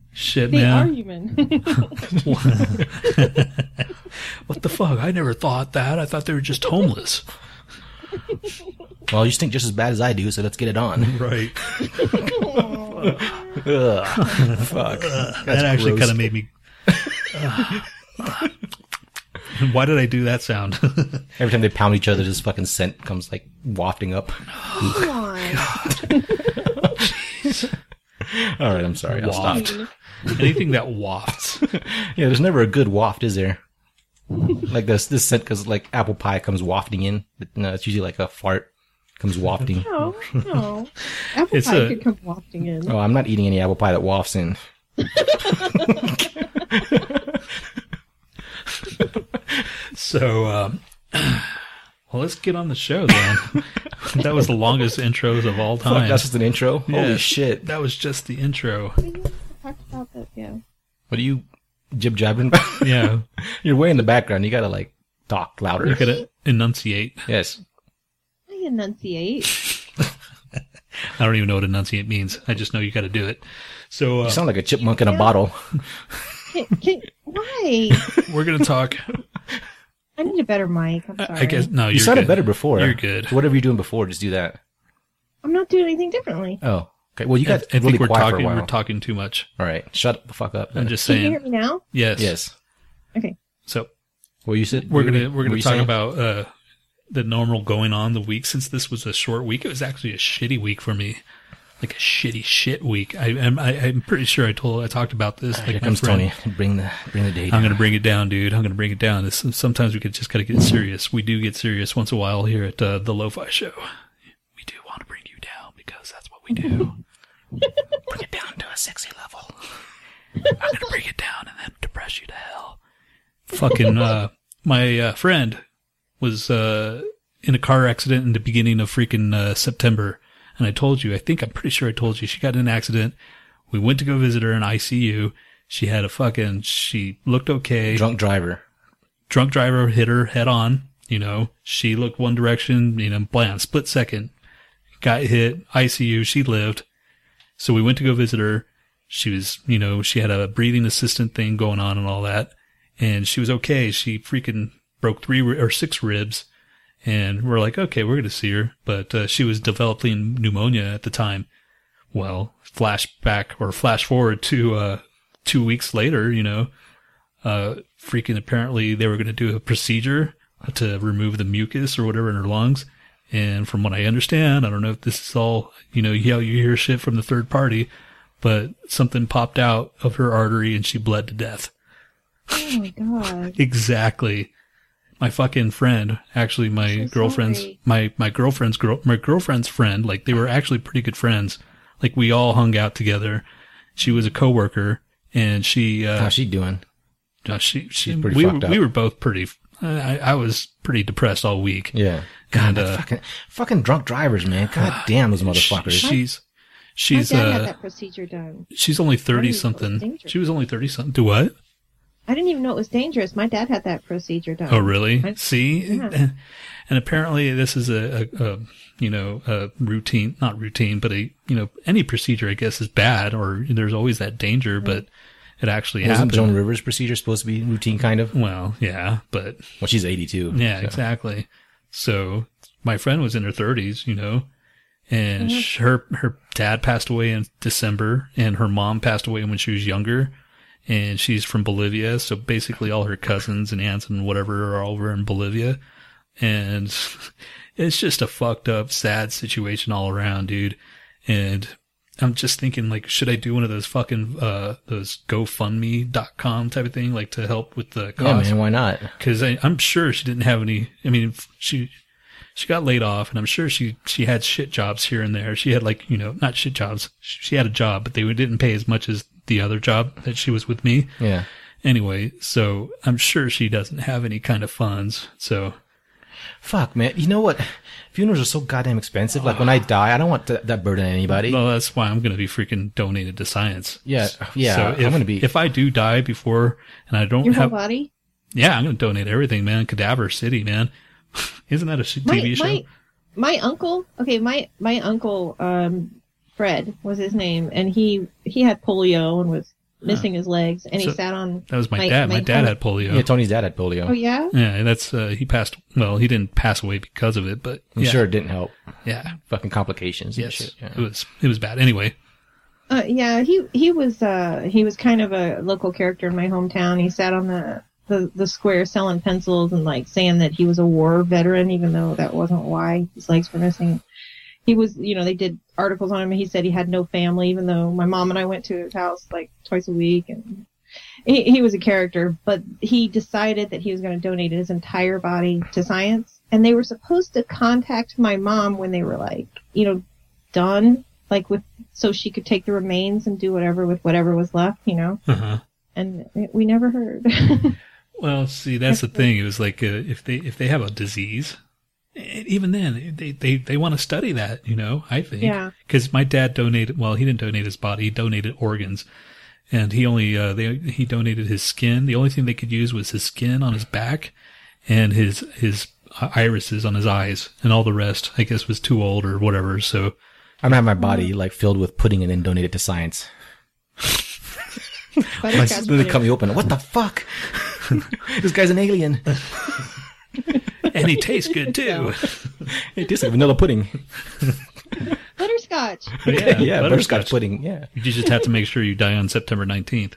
[SPEAKER 4] [laughs]
[SPEAKER 2] Shit,
[SPEAKER 4] they are
[SPEAKER 2] man. [laughs]
[SPEAKER 4] human. [laughs]
[SPEAKER 2] What the fuck? I never thought that. I thought they were just homeless.
[SPEAKER 3] Well, you stink just as bad as I do, so let's get it [laughs] on.
[SPEAKER 2] [laughs] Right.
[SPEAKER 3] Ugh. Fuck.
[SPEAKER 2] that actually
[SPEAKER 3] [laughs] gross.
[SPEAKER 2] kind of made me. Why did I do that sound?
[SPEAKER 3] Every time they pound each other, this fucking scent comes like wafting up.
[SPEAKER 4] Come on.
[SPEAKER 3] [laughs] All right, I'm sorry. [laughs] I'll stop.
[SPEAKER 2] waft. Anything that wafts.
[SPEAKER 3] Yeah, there's never a good waft, is there? [laughs] like this, this scent because like apple pie comes wafting in. But no, it's usually like a fart comes wafting. [laughs]
[SPEAKER 2] [laughs]
[SPEAKER 4] No, no. Apple
[SPEAKER 2] It's
[SPEAKER 4] pie
[SPEAKER 2] a-
[SPEAKER 4] could come wafting in.
[SPEAKER 3] Oh, I'm not eating any apple pie that wafts in.
[SPEAKER 2] So, um, [clears throat] well, let's get on the show then. [laughs] that was the longest intros of all
[SPEAKER 3] Fuck,
[SPEAKER 2] time.
[SPEAKER 3] that's just an intro.
[SPEAKER 2] Yeah.
[SPEAKER 3] Holy shit!
[SPEAKER 2] that was just the intro.
[SPEAKER 4] Talked about that, yeah.
[SPEAKER 3] What are you jib [laughs] jabbing?
[SPEAKER 2] Yeah.
[SPEAKER 3] You're way in the background. You gotta like talk louder.
[SPEAKER 2] You could enunciate.
[SPEAKER 3] Yes.
[SPEAKER 4] I enunciate.
[SPEAKER 2] I don't even know what enunciate means. I just know you got to do it. So
[SPEAKER 3] You
[SPEAKER 2] uh,
[SPEAKER 3] sound like a chipmunk in a bottle.
[SPEAKER 4] Can, can, why?
[SPEAKER 2] we're gonna
[SPEAKER 4] [laughs]
[SPEAKER 2] talk.
[SPEAKER 4] I need a better mic. I'm sorry.
[SPEAKER 2] I guess no. You're
[SPEAKER 3] You sounded
[SPEAKER 2] good.
[SPEAKER 3] better before.
[SPEAKER 2] You're good.
[SPEAKER 3] Whatever you're doing before, just do that.
[SPEAKER 4] I'm not doing anything differently.
[SPEAKER 3] Oh, okay. Well, you
[SPEAKER 2] I, I
[SPEAKER 3] got
[SPEAKER 2] think
[SPEAKER 3] really
[SPEAKER 2] we're
[SPEAKER 3] quiet
[SPEAKER 2] talking.
[SPEAKER 3] for a while.
[SPEAKER 2] We're talking too much.
[SPEAKER 3] All right, shut the fuck up.
[SPEAKER 2] I'm just
[SPEAKER 4] Can you hear
[SPEAKER 2] saying.
[SPEAKER 4] me now?
[SPEAKER 2] Yes.
[SPEAKER 3] yes.
[SPEAKER 4] Okay.
[SPEAKER 2] So
[SPEAKER 3] Well, you said
[SPEAKER 2] we're gonna
[SPEAKER 3] were
[SPEAKER 2] we're gonna
[SPEAKER 3] you
[SPEAKER 2] talk
[SPEAKER 3] saying?
[SPEAKER 2] about uh, the normal going on the week. Since this was a short week, it was actually a shitty week for me. Like a shitty shit week. I, I'm I, I'm pretty sure I told I talked about this. like
[SPEAKER 3] Ah, Here
[SPEAKER 2] my
[SPEAKER 3] comes
[SPEAKER 2] friend.
[SPEAKER 3] Tony. Bring the bring the date.
[SPEAKER 2] I'm gonna bring it down, dude. I'm gonna bring it down. This, sometimes we could just gotta get serious. We do get serious once in a while here at uh, the Lo-Fi Show. We do want to bring you down because that's what we do. [laughs] bring it down to a sexy level. I'm gonna bring it down and then depress you to hell. Fucking uh, my uh, friend was uh, in a car accident in the beginning of freaking uh, September, and I told you. I think I'm pretty sure I told you she got in an accident. We went to go visit her in ICU. She had a fucking. She looked okay. Drunk,
[SPEAKER 3] Drunk driver.
[SPEAKER 2] driver hit her head on. You know, she looked one direction. You know, blam, split second, got hit. ICU. She lived. So we went to go visit her. She was, you know, she had a breathing assistant thing going on and all that, and she was okay. She freaking broke three ri- or six ribs, and we're like, okay, we're gonna see her. But uh, she was developing pneumonia at the time well, flashback or flash forward to uh, two weeks later, you know, uh, freaking apparently they were going to do a procedure to remove the mucus or whatever in her lungs. And from what I understand, I don't know if this is all, you know, how you hear shit from the third party, but something popped out of her artery and she bled to death.
[SPEAKER 4] Oh my god.
[SPEAKER 2] Exactly. My fucking friend, actually my
[SPEAKER 4] I'm so
[SPEAKER 2] girlfriend's
[SPEAKER 4] sorry.
[SPEAKER 2] my my girlfriend's girl my girlfriend's friend, like they were actually pretty good friends. Like we all hung out together. She was a coworker and she uh
[SPEAKER 3] How's she doing?
[SPEAKER 2] no, she, she
[SPEAKER 3] pretty
[SPEAKER 2] we
[SPEAKER 3] fucked
[SPEAKER 2] were,
[SPEAKER 3] up.
[SPEAKER 2] we were both pretty I, I was pretty depressed all week.
[SPEAKER 3] Yeah.
[SPEAKER 2] And,
[SPEAKER 3] God,
[SPEAKER 2] uh,
[SPEAKER 3] fucking, fucking drunk
[SPEAKER 2] [sighs]
[SPEAKER 3] drivers, man. God damn those motherfuckers.
[SPEAKER 2] She's
[SPEAKER 4] My
[SPEAKER 2] she's
[SPEAKER 4] dad had
[SPEAKER 2] uh
[SPEAKER 4] that procedure done.
[SPEAKER 2] she's only thirty
[SPEAKER 4] was
[SPEAKER 2] something.
[SPEAKER 4] dangerous.
[SPEAKER 2] She was only thirty something. Do what?
[SPEAKER 4] I didn't even know it was dangerous. My dad had that procedure done.
[SPEAKER 2] Oh, really?
[SPEAKER 4] I-
[SPEAKER 2] See,
[SPEAKER 4] Yeah.
[SPEAKER 2] [laughs] and apparently this is a, a, a you know a routine, not routine, but a you know any procedure I guess is bad, or there's always that danger, but it actually
[SPEAKER 3] Wasn't
[SPEAKER 2] happened.
[SPEAKER 3] Joan Rivers' procedure supposed to be routine, kind of?
[SPEAKER 2] well, yeah, but
[SPEAKER 3] Well, she's 82.
[SPEAKER 2] yeah,
[SPEAKER 3] so.
[SPEAKER 2] exactly. So my friend was in her 30s, you know, and
[SPEAKER 3] Mm-hmm.
[SPEAKER 2] sh her her dad passed away in December, and her mom passed away when she was younger, and she's from Bolivia, so basically all her cousins and aunts and whatever are over in Bolivia, and [laughs] it's just a fucked up, sad situation all around, dude. And I'm just thinking, like, should I do one of those fucking uh those GoFundMe.com type of thing, like to help with the
[SPEAKER 3] Yeah,
[SPEAKER 2] cost?
[SPEAKER 3] man, why not?
[SPEAKER 2] because I'm sure she didn't have any. I mean, f- she she got laid off, and I'm sure she she had shit jobs here and there. She had like you know not shit jobs. Sh- She had a job, but they didn't pay as much as the other job that she was with me.
[SPEAKER 3] Yeah.
[SPEAKER 2] Anyway, so I'm sure she doesn't have any kind of funds. So
[SPEAKER 3] Fuck, man. You know what? Funerals are so goddamn expensive. Like, when I die, I don't want th- that burden on anybody.
[SPEAKER 2] well, that's why I'm gonna be freaking donated to science.
[SPEAKER 3] Yeah, yeah,
[SPEAKER 2] So
[SPEAKER 3] I'm
[SPEAKER 2] if,
[SPEAKER 3] gonna be-
[SPEAKER 2] If I do die before, and I don't
[SPEAKER 4] Your whole
[SPEAKER 2] have,
[SPEAKER 4] body?
[SPEAKER 2] yeah, I'm gonna donate everything, man. Cadaver City, man. [laughs] Isn't that a sh-
[SPEAKER 4] My,
[SPEAKER 2] TV show?
[SPEAKER 4] my, my uncle, okay, my, my uncle, um, Fred was his name, and he, he had polio and was missing his legs, and he
[SPEAKER 2] So-
[SPEAKER 4] sat on.
[SPEAKER 2] that was my, dad. My, dad had polio.
[SPEAKER 3] Yeah, Tony's dad had polio.
[SPEAKER 4] Oh, yeah?
[SPEAKER 2] Yeah, that's uh, he passed. Well, he didn't pass away because of it, but
[SPEAKER 3] I'm
[SPEAKER 2] yeah,
[SPEAKER 3] sure it didn't help.
[SPEAKER 2] yeah,
[SPEAKER 3] Fucking complications. and
[SPEAKER 2] yes,
[SPEAKER 3] shit, yeah.
[SPEAKER 2] it was it was bad. Anyway,
[SPEAKER 4] Uh, yeah, he he was uh, he was kind of a local character in my hometown. He sat on the the the square selling pencils and like saying that he was a war veteran, even though that wasn't why his legs were missing. He was, you know, they did articles on him, and he said he had no family, even though my mom and I went to his house like twice a week, and he, he was a character. But he decided that he was going to donate his entire body to science, and they were supposed to contact my mom when they were like, you know, done, like with so she could take the remains and do whatever with whatever was left, you know.
[SPEAKER 3] Mm-hmm.
[SPEAKER 2] Uh-huh.
[SPEAKER 4] And we never [laughs] heard.
[SPEAKER 2] Well, see, that's
[SPEAKER 3] [laughs]
[SPEAKER 2] the thing. It was like uh, if they if they have a disease, and even then they they, they want to study that. You know, I think.
[SPEAKER 4] Yeah.
[SPEAKER 2] Because my dad donated. Well, he didn't donate his body. He donated organs, and he only uh, they he donated his skin. The only thing they could use was his skin on his back, and his his uh, irises on his eyes, and all the rest I guess was too old or whatever. So
[SPEAKER 3] I'm gonna have my body like filled with pudding and then donate it to science.
[SPEAKER 4] But
[SPEAKER 3] My
[SPEAKER 4] it got
[SPEAKER 3] stomach
[SPEAKER 4] better.
[SPEAKER 3] cut me open. What the fuck? [laughs] this guy's an alien.
[SPEAKER 2] and he tastes good too.
[SPEAKER 3] It tastes like vanilla [laughs] pudding.
[SPEAKER 4] Butterscotch.
[SPEAKER 2] But
[SPEAKER 3] Yeah, butterscotch pudding. Yeah,
[SPEAKER 2] You just have to make sure you die on September nineteenth.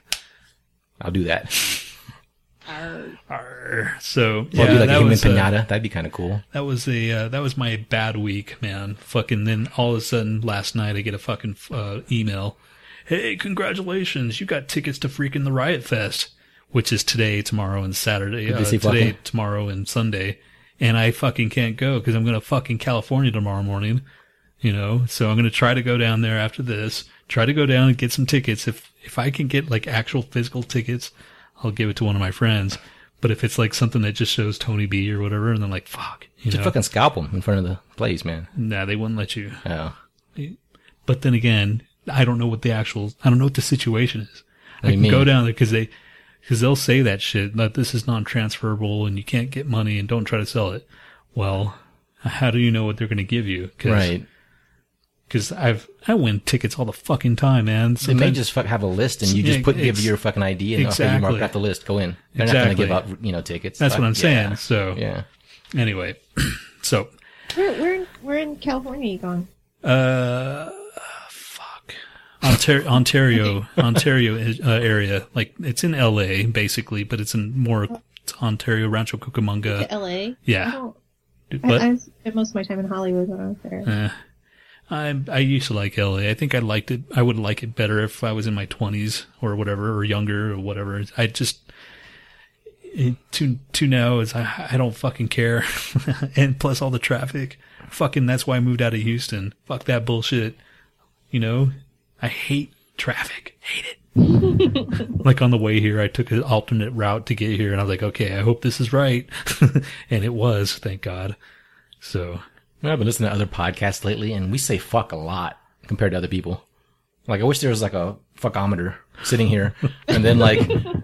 [SPEAKER 3] I'll do that.
[SPEAKER 2] Arr. So
[SPEAKER 3] Or
[SPEAKER 2] yeah,
[SPEAKER 3] do like a
[SPEAKER 2] that
[SPEAKER 3] human
[SPEAKER 2] was, uh,
[SPEAKER 3] pinata. That'd be kind of cool.
[SPEAKER 2] That was a uh, that was my bad week, man. Fucking then all of a sudden last night I get a fucking uh, email. Hey, congratulations! You got tickets to freaking the Riot Fest, which is today, tomorrow, and Saturday.
[SPEAKER 3] Did
[SPEAKER 2] Uh,
[SPEAKER 3] they say
[SPEAKER 2] today,
[SPEAKER 3] fucking?
[SPEAKER 2] tomorrow, and Sunday. And I fucking can't go because I'm gonna fucking California tomorrow morning. You know, so I'm gonna try to go down there after this. Try to go down and get some tickets. If if I can get like actual physical tickets, I'll give it to one of my friends. But if it's like something that just shows Tony B or whatever, and then like fuck, you
[SPEAKER 3] Just
[SPEAKER 2] know,
[SPEAKER 3] fucking scalp them in front of the place, man.
[SPEAKER 2] nah, they wouldn't let you.
[SPEAKER 3] Oh.
[SPEAKER 2] But then again, I don't know what the actual, I don't know what the situation is. I
[SPEAKER 3] do you
[SPEAKER 2] can go
[SPEAKER 3] mean?
[SPEAKER 2] down there because they, because they'll say that shit that this is non-transferable and you can't get money and don't try to sell it. Well, how do you know what they're going to give you? Cause,
[SPEAKER 3] Right.
[SPEAKER 2] Because I've I win tickets all the fucking time, man.
[SPEAKER 3] They may
[SPEAKER 2] Sometimes-
[SPEAKER 3] just fuck have a list, and you
[SPEAKER 2] Yeah,
[SPEAKER 3] just put give
[SPEAKER 2] ex-
[SPEAKER 3] your fucking ID, and okay, you
[SPEAKER 2] exactly.
[SPEAKER 3] mark off the list. Go in. They're not gonna
[SPEAKER 2] Exactly.
[SPEAKER 3] give out you know tickets.
[SPEAKER 2] that's what
[SPEAKER 3] Fuck
[SPEAKER 2] I'm saying.
[SPEAKER 3] yeah.
[SPEAKER 2] So
[SPEAKER 3] Yeah.
[SPEAKER 2] anyway, [clears throat] so
[SPEAKER 4] We're, we're, in, we're in California, you going?
[SPEAKER 2] Uh, fuck. Ontario,
[SPEAKER 3] [laughs]
[SPEAKER 2] Ontario, Ontario uh, area. Like it's in L.A. basically, but it's in more it's Ontario, Rancho
[SPEAKER 4] To
[SPEAKER 2] Cucamonga.
[SPEAKER 4] LA? I,
[SPEAKER 2] Yeah,
[SPEAKER 4] don't,
[SPEAKER 2] but
[SPEAKER 4] I, I
[SPEAKER 2] I,
[SPEAKER 4] spent most of my time in Hollywood when I was there.
[SPEAKER 3] Mm.
[SPEAKER 2] I used to like L.A. I think I liked it. I would like it better if I was in my twenties or whatever, or younger or whatever. I just it, to to now is I, I don't fucking care, [laughs] and plus all the traffic. Fucking that's why I moved out of Houston. Fuck that bullshit. You know, I hate traffic. Hate it. like on the way here, I took an alternate route to get here, and I was like, okay, I hope this is right, [laughs] and it was, thank God. So
[SPEAKER 3] I've been listening to other podcasts lately, and we say fuck a lot compared to other people. Like, I wish there was like a fuckometer
[SPEAKER 2] [laughs]
[SPEAKER 3] sitting here, and then like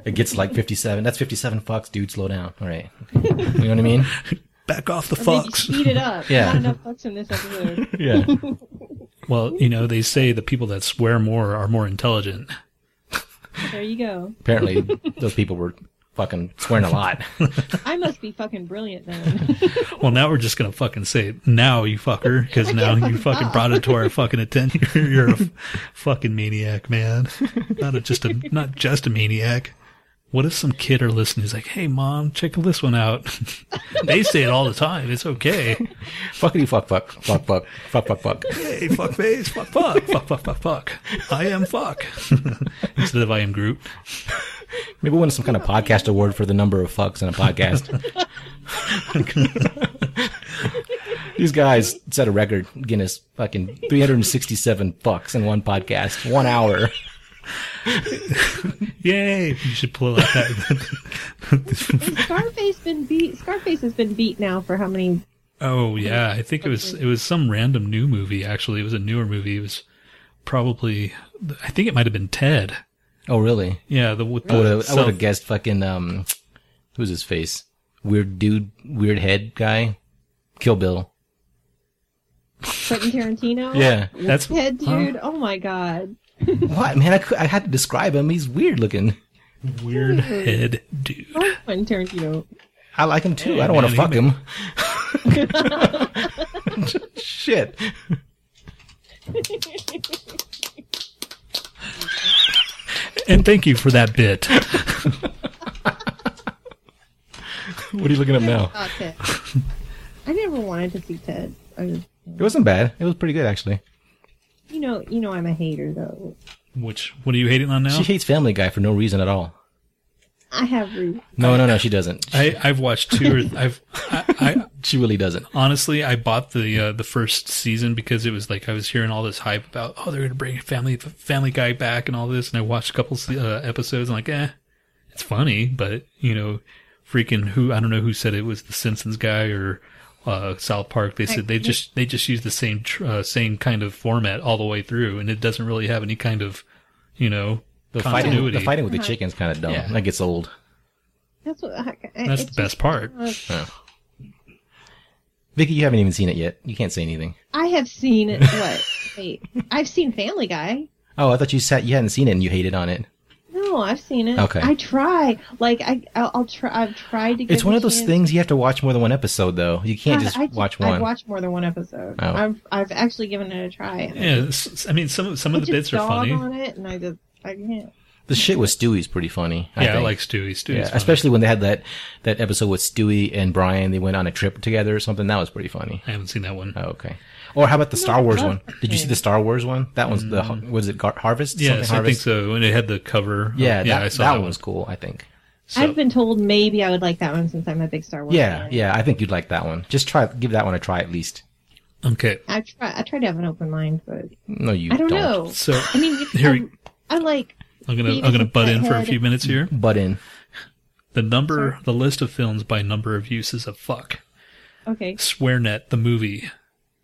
[SPEAKER 3] it gets like 57. That's 57 fucks, dude. Slow down. All right. You know what I mean?
[SPEAKER 2] [laughs] back off the
[SPEAKER 4] Or
[SPEAKER 2] fucks.
[SPEAKER 4] Maybe eat
[SPEAKER 3] [laughs]
[SPEAKER 4] it up.
[SPEAKER 3] Yeah.
[SPEAKER 4] Not enough fucks in this episode.
[SPEAKER 3] Yeah.
[SPEAKER 2] Well, you know, they say the people that swear more are more intelligent.
[SPEAKER 4] there you go.
[SPEAKER 3] Apparently, those people were fucking swearing a
[SPEAKER 2] [laughs]
[SPEAKER 3] lot.
[SPEAKER 4] I must be fucking
[SPEAKER 3] [laughs]
[SPEAKER 4] brilliant then.
[SPEAKER 2] Well, now we're just gonna fucking say it now, you fucker, because now you fucking brought it to our fucking attention. [laughs] You're, you're a f- fucking maniac, man. Not a, just a not just a maniac. What if some kid or listening is like, "Hey, mom, check this one out." [laughs] they say it all the time. It's okay.
[SPEAKER 3] Fuckity fuck fuck fuck fuck fuck fuck fuck.
[SPEAKER 2] Hey, fuck face, fuck, fuck, fuck, fuck, fuck, fuck. I am fuck. [laughs] Instead of I am Groot.
[SPEAKER 3] Maybe win some kind of podcast award for the number of fucks in a [laughs] podcast. These guys set a record, Guinness, fucking 367 fucks in one podcast, one hour.
[SPEAKER 2] Yay! You should pull out that.
[SPEAKER 4] Scarface been beat. Scarface has been beat now for how many?
[SPEAKER 2] Oh yeah, I think it was it was some random new movie. Actually, it was a newer movie. It was probably I think it might have been Ted.
[SPEAKER 3] Oh, really?
[SPEAKER 2] Yeah, the with
[SPEAKER 3] I would
[SPEAKER 2] the
[SPEAKER 3] have, I would have
[SPEAKER 2] self-
[SPEAKER 3] guessed fucking, um, who's his face? Weird dude, weird head guy? Kill Bill.
[SPEAKER 4] Quentin Tarantino.
[SPEAKER 3] Yeah.
[SPEAKER 2] that's
[SPEAKER 4] Head
[SPEAKER 2] huh?
[SPEAKER 4] dude. Oh my god.
[SPEAKER 3] What? Man, I, cou- I had to describe him. He's weird looking.
[SPEAKER 2] weird head dude.
[SPEAKER 4] Oh, Quentin Tarantino.
[SPEAKER 3] I like him too.
[SPEAKER 2] Hey,
[SPEAKER 3] I don't want
[SPEAKER 2] man,
[SPEAKER 3] to
[SPEAKER 2] he
[SPEAKER 3] fuck
[SPEAKER 2] may-
[SPEAKER 3] him. [laughs] Shit.
[SPEAKER 2] And thank you for that bit.
[SPEAKER 3] What are you looking up
[SPEAKER 4] I never
[SPEAKER 3] now?
[SPEAKER 4] saw Ted. I never wanted to see Ted. I was,
[SPEAKER 3] It wasn't bad. It was pretty good actually.
[SPEAKER 4] you know, you know, I'm a hater though.
[SPEAKER 2] Which what are you hating on
[SPEAKER 3] [laughs]
[SPEAKER 2] now?
[SPEAKER 3] She hates Family Guy for no reason at all.
[SPEAKER 4] I have re-
[SPEAKER 3] No, no, no,
[SPEAKER 2] [laughs]
[SPEAKER 3] she doesn't.
[SPEAKER 2] I, I've watched two. Or, I've I, I
[SPEAKER 3] She really doesn't.
[SPEAKER 2] honestly I bought the uh, the first season because it was like I was hearing all this hype about oh they're gonna bring Family Family Guy back and all this, and I watched a couple se- uh, episodes and like eh, it's funny, but you know, freaking who I don't know who said it was the Simpsons guy or. Uh, South Park. They said they just they just use the same tr- uh, same kind of format all the way through, and it doesn't really have any kind of, you know,
[SPEAKER 3] The fighting,
[SPEAKER 2] continuity. Uh-huh.
[SPEAKER 3] the fighting with the chickens kind of dumb.
[SPEAKER 2] Yeah.
[SPEAKER 3] That gets old.
[SPEAKER 4] That's what. I, I-
[SPEAKER 2] That's
[SPEAKER 4] it's
[SPEAKER 2] the
[SPEAKER 4] just-
[SPEAKER 2] best part.
[SPEAKER 3] Vicky, you haven't even seen it yet. You can't say anything.
[SPEAKER 4] I have seen it. What? [laughs] Wait, I've seen Family Guy.
[SPEAKER 3] Oh, I thought you sat. You hadn't seen it and you hated on it.
[SPEAKER 4] No, I've seen it.
[SPEAKER 3] Okay.
[SPEAKER 4] I try. Like I, I'll, I'll try. I've tried to. Give
[SPEAKER 3] It's one
[SPEAKER 4] it a
[SPEAKER 3] of those
[SPEAKER 4] chance.
[SPEAKER 3] things you have to watch more than one episode, though. You can't
[SPEAKER 4] God,
[SPEAKER 3] just
[SPEAKER 4] I,
[SPEAKER 3] watch
[SPEAKER 4] I've
[SPEAKER 3] one.
[SPEAKER 4] watched more than one episode.
[SPEAKER 3] Oh.
[SPEAKER 4] I've I've actually given it a try.
[SPEAKER 2] Yeah, s- s- I mean some some
[SPEAKER 4] I
[SPEAKER 2] of the bits
[SPEAKER 4] just
[SPEAKER 2] are
[SPEAKER 4] dog
[SPEAKER 2] funny.
[SPEAKER 4] on it, and I just I can't.
[SPEAKER 3] the shit with Stewie's pretty funny. I
[SPEAKER 2] yeah, I
[SPEAKER 3] think.
[SPEAKER 2] like Stewie. Stewie's
[SPEAKER 3] Yeah,
[SPEAKER 2] funny.
[SPEAKER 3] especially when they had that that episode with Stewie and Brian. They went on a trip together or something. That was pretty funny.
[SPEAKER 2] I haven't seen that one.
[SPEAKER 3] Oh, okay. Or how about the Star Wars one?
[SPEAKER 4] love
[SPEAKER 3] Did you see
[SPEAKER 4] it.
[SPEAKER 3] the Star Wars one? That one's the har- was it Gar- Harvest?
[SPEAKER 2] yes,
[SPEAKER 3] Something
[SPEAKER 2] I think
[SPEAKER 3] Harvest?
[SPEAKER 2] so. And it had the cover. of-
[SPEAKER 3] Yeah,
[SPEAKER 2] yeah,
[SPEAKER 3] that,
[SPEAKER 2] I saw
[SPEAKER 3] that,
[SPEAKER 2] that,
[SPEAKER 3] one
[SPEAKER 2] one.
[SPEAKER 3] was cool. I think.
[SPEAKER 2] So-
[SPEAKER 4] I've been told maybe I would like that one since I'm a big Star Wars.
[SPEAKER 3] Yeah,
[SPEAKER 4] fan.
[SPEAKER 3] yeah. I think you'd like that one. Just try give that one a try at least.
[SPEAKER 2] Okay,
[SPEAKER 4] I try. I try to have an open mind, but
[SPEAKER 3] No, you
[SPEAKER 4] I don't, know.
[SPEAKER 2] so
[SPEAKER 4] I mean, it's,
[SPEAKER 2] Here we-
[SPEAKER 4] um, I like.
[SPEAKER 2] I'm gonna
[SPEAKER 4] Beavis
[SPEAKER 2] I'm gonna
[SPEAKER 4] and
[SPEAKER 2] butt in for a
[SPEAKER 4] Butthead.
[SPEAKER 2] few minutes here.
[SPEAKER 3] But in
[SPEAKER 2] The number, the list of films by number of uses of fuck.
[SPEAKER 4] Okay,
[SPEAKER 2] SwearNet the movie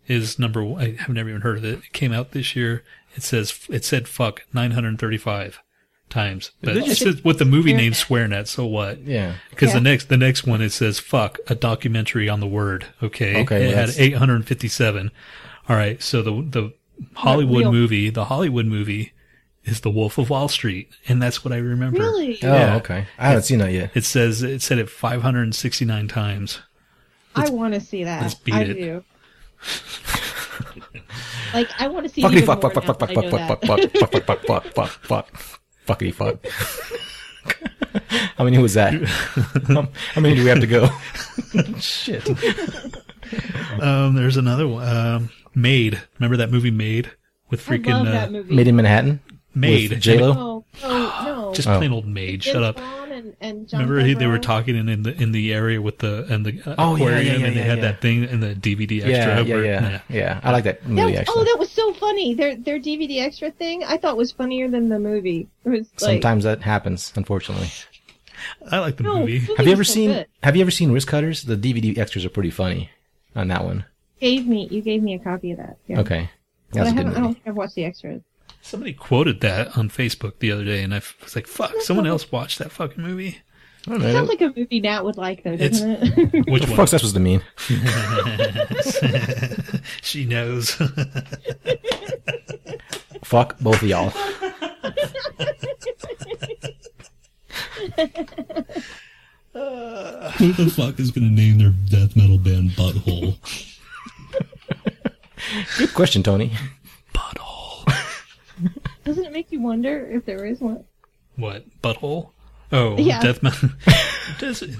[SPEAKER 2] is number. one. I have never even heard of it. It came out this year. It says it said fuck 935 times, but
[SPEAKER 3] Did you
[SPEAKER 2] it
[SPEAKER 3] see-
[SPEAKER 2] says with the movie name SwearNet. So what?
[SPEAKER 3] yeah,
[SPEAKER 2] Because
[SPEAKER 4] Yeah.
[SPEAKER 2] the next the next one it says "fuck" a documentary on the word. Okay,
[SPEAKER 3] Okay,
[SPEAKER 2] it had
[SPEAKER 3] that's-
[SPEAKER 2] 857. All right, so the the Hollywood
[SPEAKER 4] real-
[SPEAKER 2] movie, the Hollywood movie, is The Wolf of Wall Street, and that's what I remember.
[SPEAKER 4] really.
[SPEAKER 3] Oh,
[SPEAKER 2] Yeah.
[SPEAKER 3] okay. I haven't seen that yet.
[SPEAKER 2] It says it said it 569 times.
[SPEAKER 4] I want to see that.
[SPEAKER 2] let's beat
[SPEAKER 4] I
[SPEAKER 2] it.
[SPEAKER 4] do. like I want to see.
[SPEAKER 3] Fuckity
[SPEAKER 4] even
[SPEAKER 3] fuck
[SPEAKER 4] more
[SPEAKER 3] fuck fuck fuck fuck
[SPEAKER 4] now that I
[SPEAKER 3] fuck
[SPEAKER 4] know
[SPEAKER 3] fuck
[SPEAKER 4] that.
[SPEAKER 3] fuck fuck fuck fuck fuck fuck fuck fuck fuckity fuck. [laughs] How many was
[SPEAKER 2] [laughs]
[SPEAKER 3] that? How how many do we have to go? [laughs] Shit.
[SPEAKER 2] Um, there's another one. Um, Made. Remember that movie Made with
[SPEAKER 4] I
[SPEAKER 2] freaking
[SPEAKER 4] love
[SPEAKER 2] uh,
[SPEAKER 4] that movie.
[SPEAKER 3] Made in Manhattan.
[SPEAKER 2] Made
[SPEAKER 3] With J
[SPEAKER 2] I mean,
[SPEAKER 3] Lo.
[SPEAKER 4] No, no, no.
[SPEAKER 2] Just
[SPEAKER 3] Oh.
[SPEAKER 2] plain old Maid.
[SPEAKER 4] Vince
[SPEAKER 2] Shut up.
[SPEAKER 4] Vaughn and, and John
[SPEAKER 2] Remember he, they were
[SPEAKER 4] Favreau?
[SPEAKER 2] talking in, in the in the area with the and the uh,
[SPEAKER 3] Oh, yeah, yeah,
[SPEAKER 2] aquarium,
[SPEAKER 3] yeah,
[SPEAKER 2] and they
[SPEAKER 3] yeah,
[SPEAKER 2] had
[SPEAKER 3] yeah.
[SPEAKER 2] that thing in the DVD
[SPEAKER 3] Yeah,
[SPEAKER 2] extra.
[SPEAKER 3] yeah,
[SPEAKER 2] where-
[SPEAKER 3] yeah, yeah. I like that
[SPEAKER 4] That
[SPEAKER 3] movie
[SPEAKER 4] was- oh,
[SPEAKER 3] actually.
[SPEAKER 4] that was so funny. Their their DVD extra thing I thought was funnier than the movie. It was like
[SPEAKER 3] Sometimes that happens, unfortunately.
[SPEAKER 2] I like the
[SPEAKER 4] No,
[SPEAKER 2] movie.
[SPEAKER 4] Movie
[SPEAKER 3] Have you
[SPEAKER 4] was
[SPEAKER 3] ever
[SPEAKER 4] so
[SPEAKER 3] seen
[SPEAKER 4] good.
[SPEAKER 3] Have you ever seen Risk Cutters? The DVD extras are pretty funny on that one.
[SPEAKER 4] Gave me you gave me a copy of that. Yeah.
[SPEAKER 3] Okay,
[SPEAKER 4] but I
[SPEAKER 3] that's a good
[SPEAKER 4] haven't. I don't
[SPEAKER 3] movie.
[SPEAKER 4] think I've watched the extras.
[SPEAKER 2] Somebody quoted that on Facebook the other day, and I f- was like, "Fuck!" Someone else watched that fucking movie.
[SPEAKER 3] I don't
[SPEAKER 4] Sounds
[SPEAKER 3] know.
[SPEAKER 4] like a movie Nat would like though, [laughs]
[SPEAKER 2] It's-
[SPEAKER 4] doesn't it?
[SPEAKER 2] Which
[SPEAKER 3] What the
[SPEAKER 2] one?
[SPEAKER 3] fuck's that supposed to mean?
[SPEAKER 2] She knows. [laughs]
[SPEAKER 3] Fuck both of
[SPEAKER 4] [laughs]
[SPEAKER 3] y'all.
[SPEAKER 5] Who the fuck is going to name their death metal band Butthole?
[SPEAKER 3] Good question, Tony.
[SPEAKER 2] Butthole.
[SPEAKER 4] doesn't it make you wonder if there is one?
[SPEAKER 2] What? Butthole? Oh,
[SPEAKER 4] Yeah.
[SPEAKER 2] death
[SPEAKER 4] [laughs]
[SPEAKER 2] metal. Does it?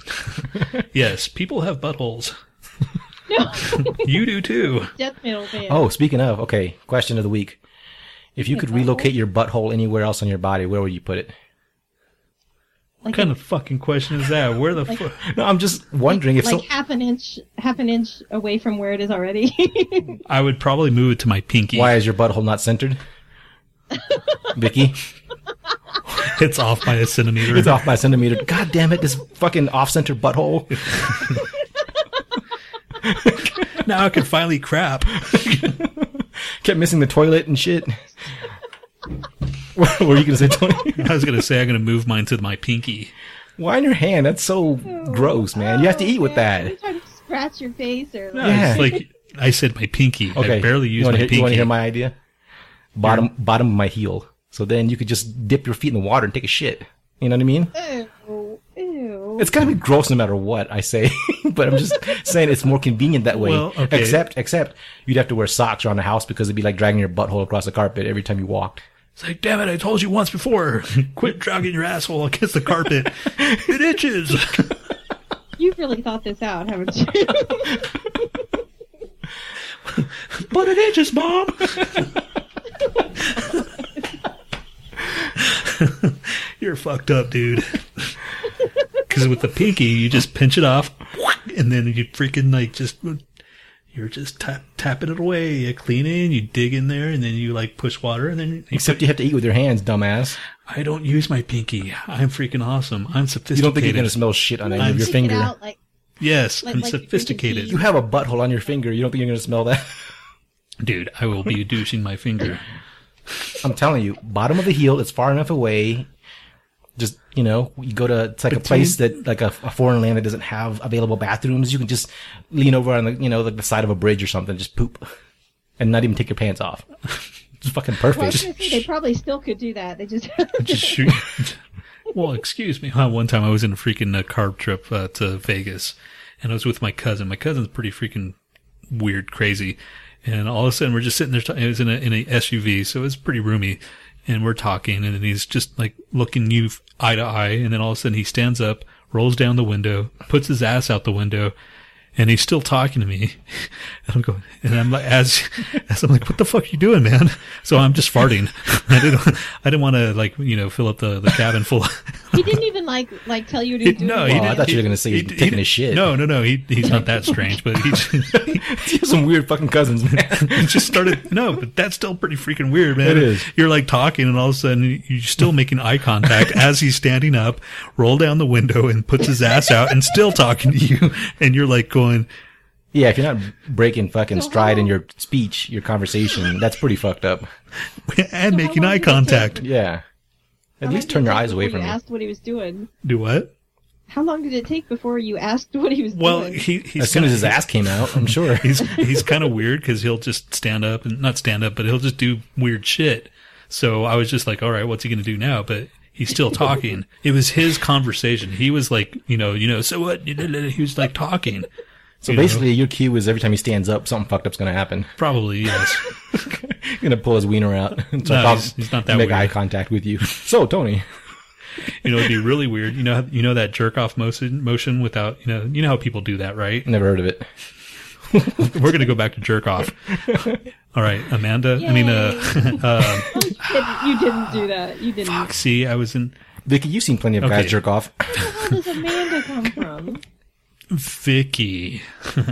[SPEAKER 2] yes, people have buttholes.
[SPEAKER 4] No,
[SPEAKER 2] You do too.
[SPEAKER 4] Death Metal Band.
[SPEAKER 3] Oh, speaking of, okay, question of the week. If you could relocate your butthole anywhere else on your body, where would you put it?
[SPEAKER 2] What kind of fucking question is that? Where the fuck?
[SPEAKER 3] No, I'm just wondering if
[SPEAKER 4] like
[SPEAKER 3] so.
[SPEAKER 4] half an inch, half an inch away from where it is already. [laughs]
[SPEAKER 2] I would probably move it to my pinky.
[SPEAKER 3] Why is your butthole not
[SPEAKER 4] [laughs]
[SPEAKER 3] centered? Vicky,
[SPEAKER 2] It's off by a centimeter.
[SPEAKER 3] it's off by a centimeter. God damn it, this fucking off center butthole.
[SPEAKER 2] Now I can finally crap.
[SPEAKER 3] Kept missing the toilet and shit. [laughs] what were you going to say, Tony?
[SPEAKER 2] I was gonna say I'm gonna move mine to my pinky.
[SPEAKER 3] Why in your hand? That's so gross, man. You have to eat with
[SPEAKER 4] Yeah, you
[SPEAKER 3] that.
[SPEAKER 4] trying to scratch your face or
[SPEAKER 2] No,
[SPEAKER 4] like,
[SPEAKER 3] Yeah.
[SPEAKER 2] it's like I said, my pinky.
[SPEAKER 3] Okay,
[SPEAKER 2] I barely
[SPEAKER 3] you
[SPEAKER 2] use
[SPEAKER 3] wanna
[SPEAKER 2] my
[SPEAKER 3] hear,
[SPEAKER 2] pinky.
[SPEAKER 3] You want to hear my idea? Bottom, bottom of my heel. So then you could just dip your feet in the water and take a shit. You know what I mean?
[SPEAKER 4] ew, oh, ew.
[SPEAKER 3] It's gonna be gross no matter what I say, [laughs] but I'm just saying it's more convenient that way.
[SPEAKER 2] Well, okay.
[SPEAKER 3] Except, except you'd have to wear socks around the house because it'd be like dragging your butthole across the carpet every time you walked.
[SPEAKER 2] It's like, damn it, I told you once [laughs] before. Quit dragging your asshole against the carpet. it itches.
[SPEAKER 4] You've really thought this out, haven't
[SPEAKER 3] [laughs]
[SPEAKER 4] you?
[SPEAKER 2] But it itches, [laughs] Mom. You're fucked up, [laughs] dude. Because with the pinky, you just pinch it off, and then you freaking like just you're just tap, tapping it away. You clean it, you dig in there, and then you like push water, and then you,
[SPEAKER 3] Except you have to eat with your hands, dumbass.
[SPEAKER 2] I don't use my pinky. I'm freaking awesome. I'm sophisticated.
[SPEAKER 3] You don't think you're gonna smell shit on any
[SPEAKER 2] I'm-
[SPEAKER 3] of your
[SPEAKER 4] Stick it
[SPEAKER 3] finger?
[SPEAKER 4] out, like,
[SPEAKER 2] Yes,
[SPEAKER 4] Like-
[SPEAKER 2] I'm
[SPEAKER 4] like your freaking
[SPEAKER 2] sophisticated,
[SPEAKER 3] You have a butthole on your finger. You don't think you're gonna smell that? [laughs]
[SPEAKER 2] dude. I will be douching my finger. [laughs]
[SPEAKER 3] I'm telling you, bottom of the heel. It's far enough away. Just you know, you go to it's like a place that like a, a foreign land that doesn't have available bathrooms. You can just lean over on the you know like the side of a bridge or something, just poop, and not even take your pants off. [laughs] It's fucking
[SPEAKER 4] well, I was
[SPEAKER 3] perfect.
[SPEAKER 4] gonna say, they probably still could do that. They just [laughs]
[SPEAKER 2] just shoot. well, excuse me. Uh, One time I was in a freaking uh, car trip uh, to Vegas, and I was with my cousin. My cousin's pretty freaking weird, crazy, and all of a sudden we're just sitting there. T- it was in a in a SUV, so it was pretty roomy, and we're talking, and then he's just like looking you f- eye to eye, and then all of a sudden he stands up, rolls down the window, puts his ass out the window. And he's still talking to me, [laughs] and I'm going, and I'm like, as, as I'm like, what the fuck are you doing, man? So I'm just farting. [laughs] I didn't, I didn't want to like, you know, fill up the, the cabin
[SPEAKER 3] [laughs]
[SPEAKER 2] full.
[SPEAKER 4] he didn't even like like tell you to do.
[SPEAKER 2] no, he
[SPEAKER 3] Well,
[SPEAKER 4] it.
[SPEAKER 3] Oh, I
[SPEAKER 2] didn't-
[SPEAKER 3] thought you were gonna say he's taking
[SPEAKER 2] didn't-
[SPEAKER 3] a shit.
[SPEAKER 2] No, no, no. He, he's not that strange, but he
[SPEAKER 3] [laughs]
[SPEAKER 2] just,
[SPEAKER 3] You have some weird fucking cousins, man. [laughs]
[SPEAKER 2] [laughs] he just started. No, but that's still pretty freaking weird, man.
[SPEAKER 3] It is.
[SPEAKER 2] You're like talking, and all of a sudden you're still making eye
[SPEAKER 3] [laughs]
[SPEAKER 2] contact as he's standing up, roll down the window, and puts his ass out, and still talking to you, and you're like going,
[SPEAKER 3] Yeah, if you're not breaking fucking
[SPEAKER 4] So
[SPEAKER 3] stride in
[SPEAKER 4] how-
[SPEAKER 3] your speech, your conversation, that's pretty fucked up.
[SPEAKER 2] and
[SPEAKER 4] how
[SPEAKER 2] making
[SPEAKER 4] long
[SPEAKER 2] eye
[SPEAKER 4] did it take
[SPEAKER 2] contact.
[SPEAKER 3] Yeah. At
[SPEAKER 4] How long
[SPEAKER 3] least
[SPEAKER 4] did
[SPEAKER 3] turn
[SPEAKER 4] it
[SPEAKER 3] your
[SPEAKER 4] take
[SPEAKER 3] eyes away
[SPEAKER 4] before
[SPEAKER 3] from
[SPEAKER 4] you
[SPEAKER 3] me.
[SPEAKER 4] Asked what he was doing.
[SPEAKER 2] Do what?
[SPEAKER 4] How long did it take before you asked what he was
[SPEAKER 2] Well, [laughs]
[SPEAKER 4] doing?
[SPEAKER 2] he he's
[SPEAKER 3] As soon
[SPEAKER 2] kinda-
[SPEAKER 3] as his ass came out, I'm [laughs] sure.
[SPEAKER 2] he's he's kind of weird because he'll just stand up and not stand up, but he'll just do weird shit. So I was just like, all right, what's he gonna do now? But he's still talking. it was his conversation. He was like, you know, you know, so what? He was like talking.
[SPEAKER 3] So basically, your cue is every time he stands up, something fucked up's gonna happen. [laughs]
[SPEAKER 2] Probably
[SPEAKER 4] [laughs]
[SPEAKER 2] yes.
[SPEAKER 3] He's gonna pull his wiener out. and
[SPEAKER 2] No,
[SPEAKER 3] start talk-
[SPEAKER 2] he's- he's not that
[SPEAKER 3] Make
[SPEAKER 2] weird.
[SPEAKER 3] eye contact with you. [laughs] So Tony,
[SPEAKER 2] You know, it'd be really weird. You know, you know that jerk off motion motion without you know, you know how people do that, right? [laughs]
[SPEAKER 3] never heard of it.
[SPEAKER 2] We're gonna go back to jerk
[SPEAKER 4] [laughs]
[SPEAKER 2] off. All right, Amanda. I mean, uh, uh,
[SPEAKER 4] Didn't- you didn't do that. You
[SPEAKER 2] [laughs]
[SPEAKER 4] didn't.
[SPEAKER 2] see, I was in
[SPEAKER 3] Vicky, you've seen plenty of
[SPEAKER 2] Okay.
[SPEAKER 3] guys jerk off.
[SPEAKER 4] Where the hell does Amanda come from?
[SPEAKER 2] Vicky.
[SPEAKER 4] [laughs]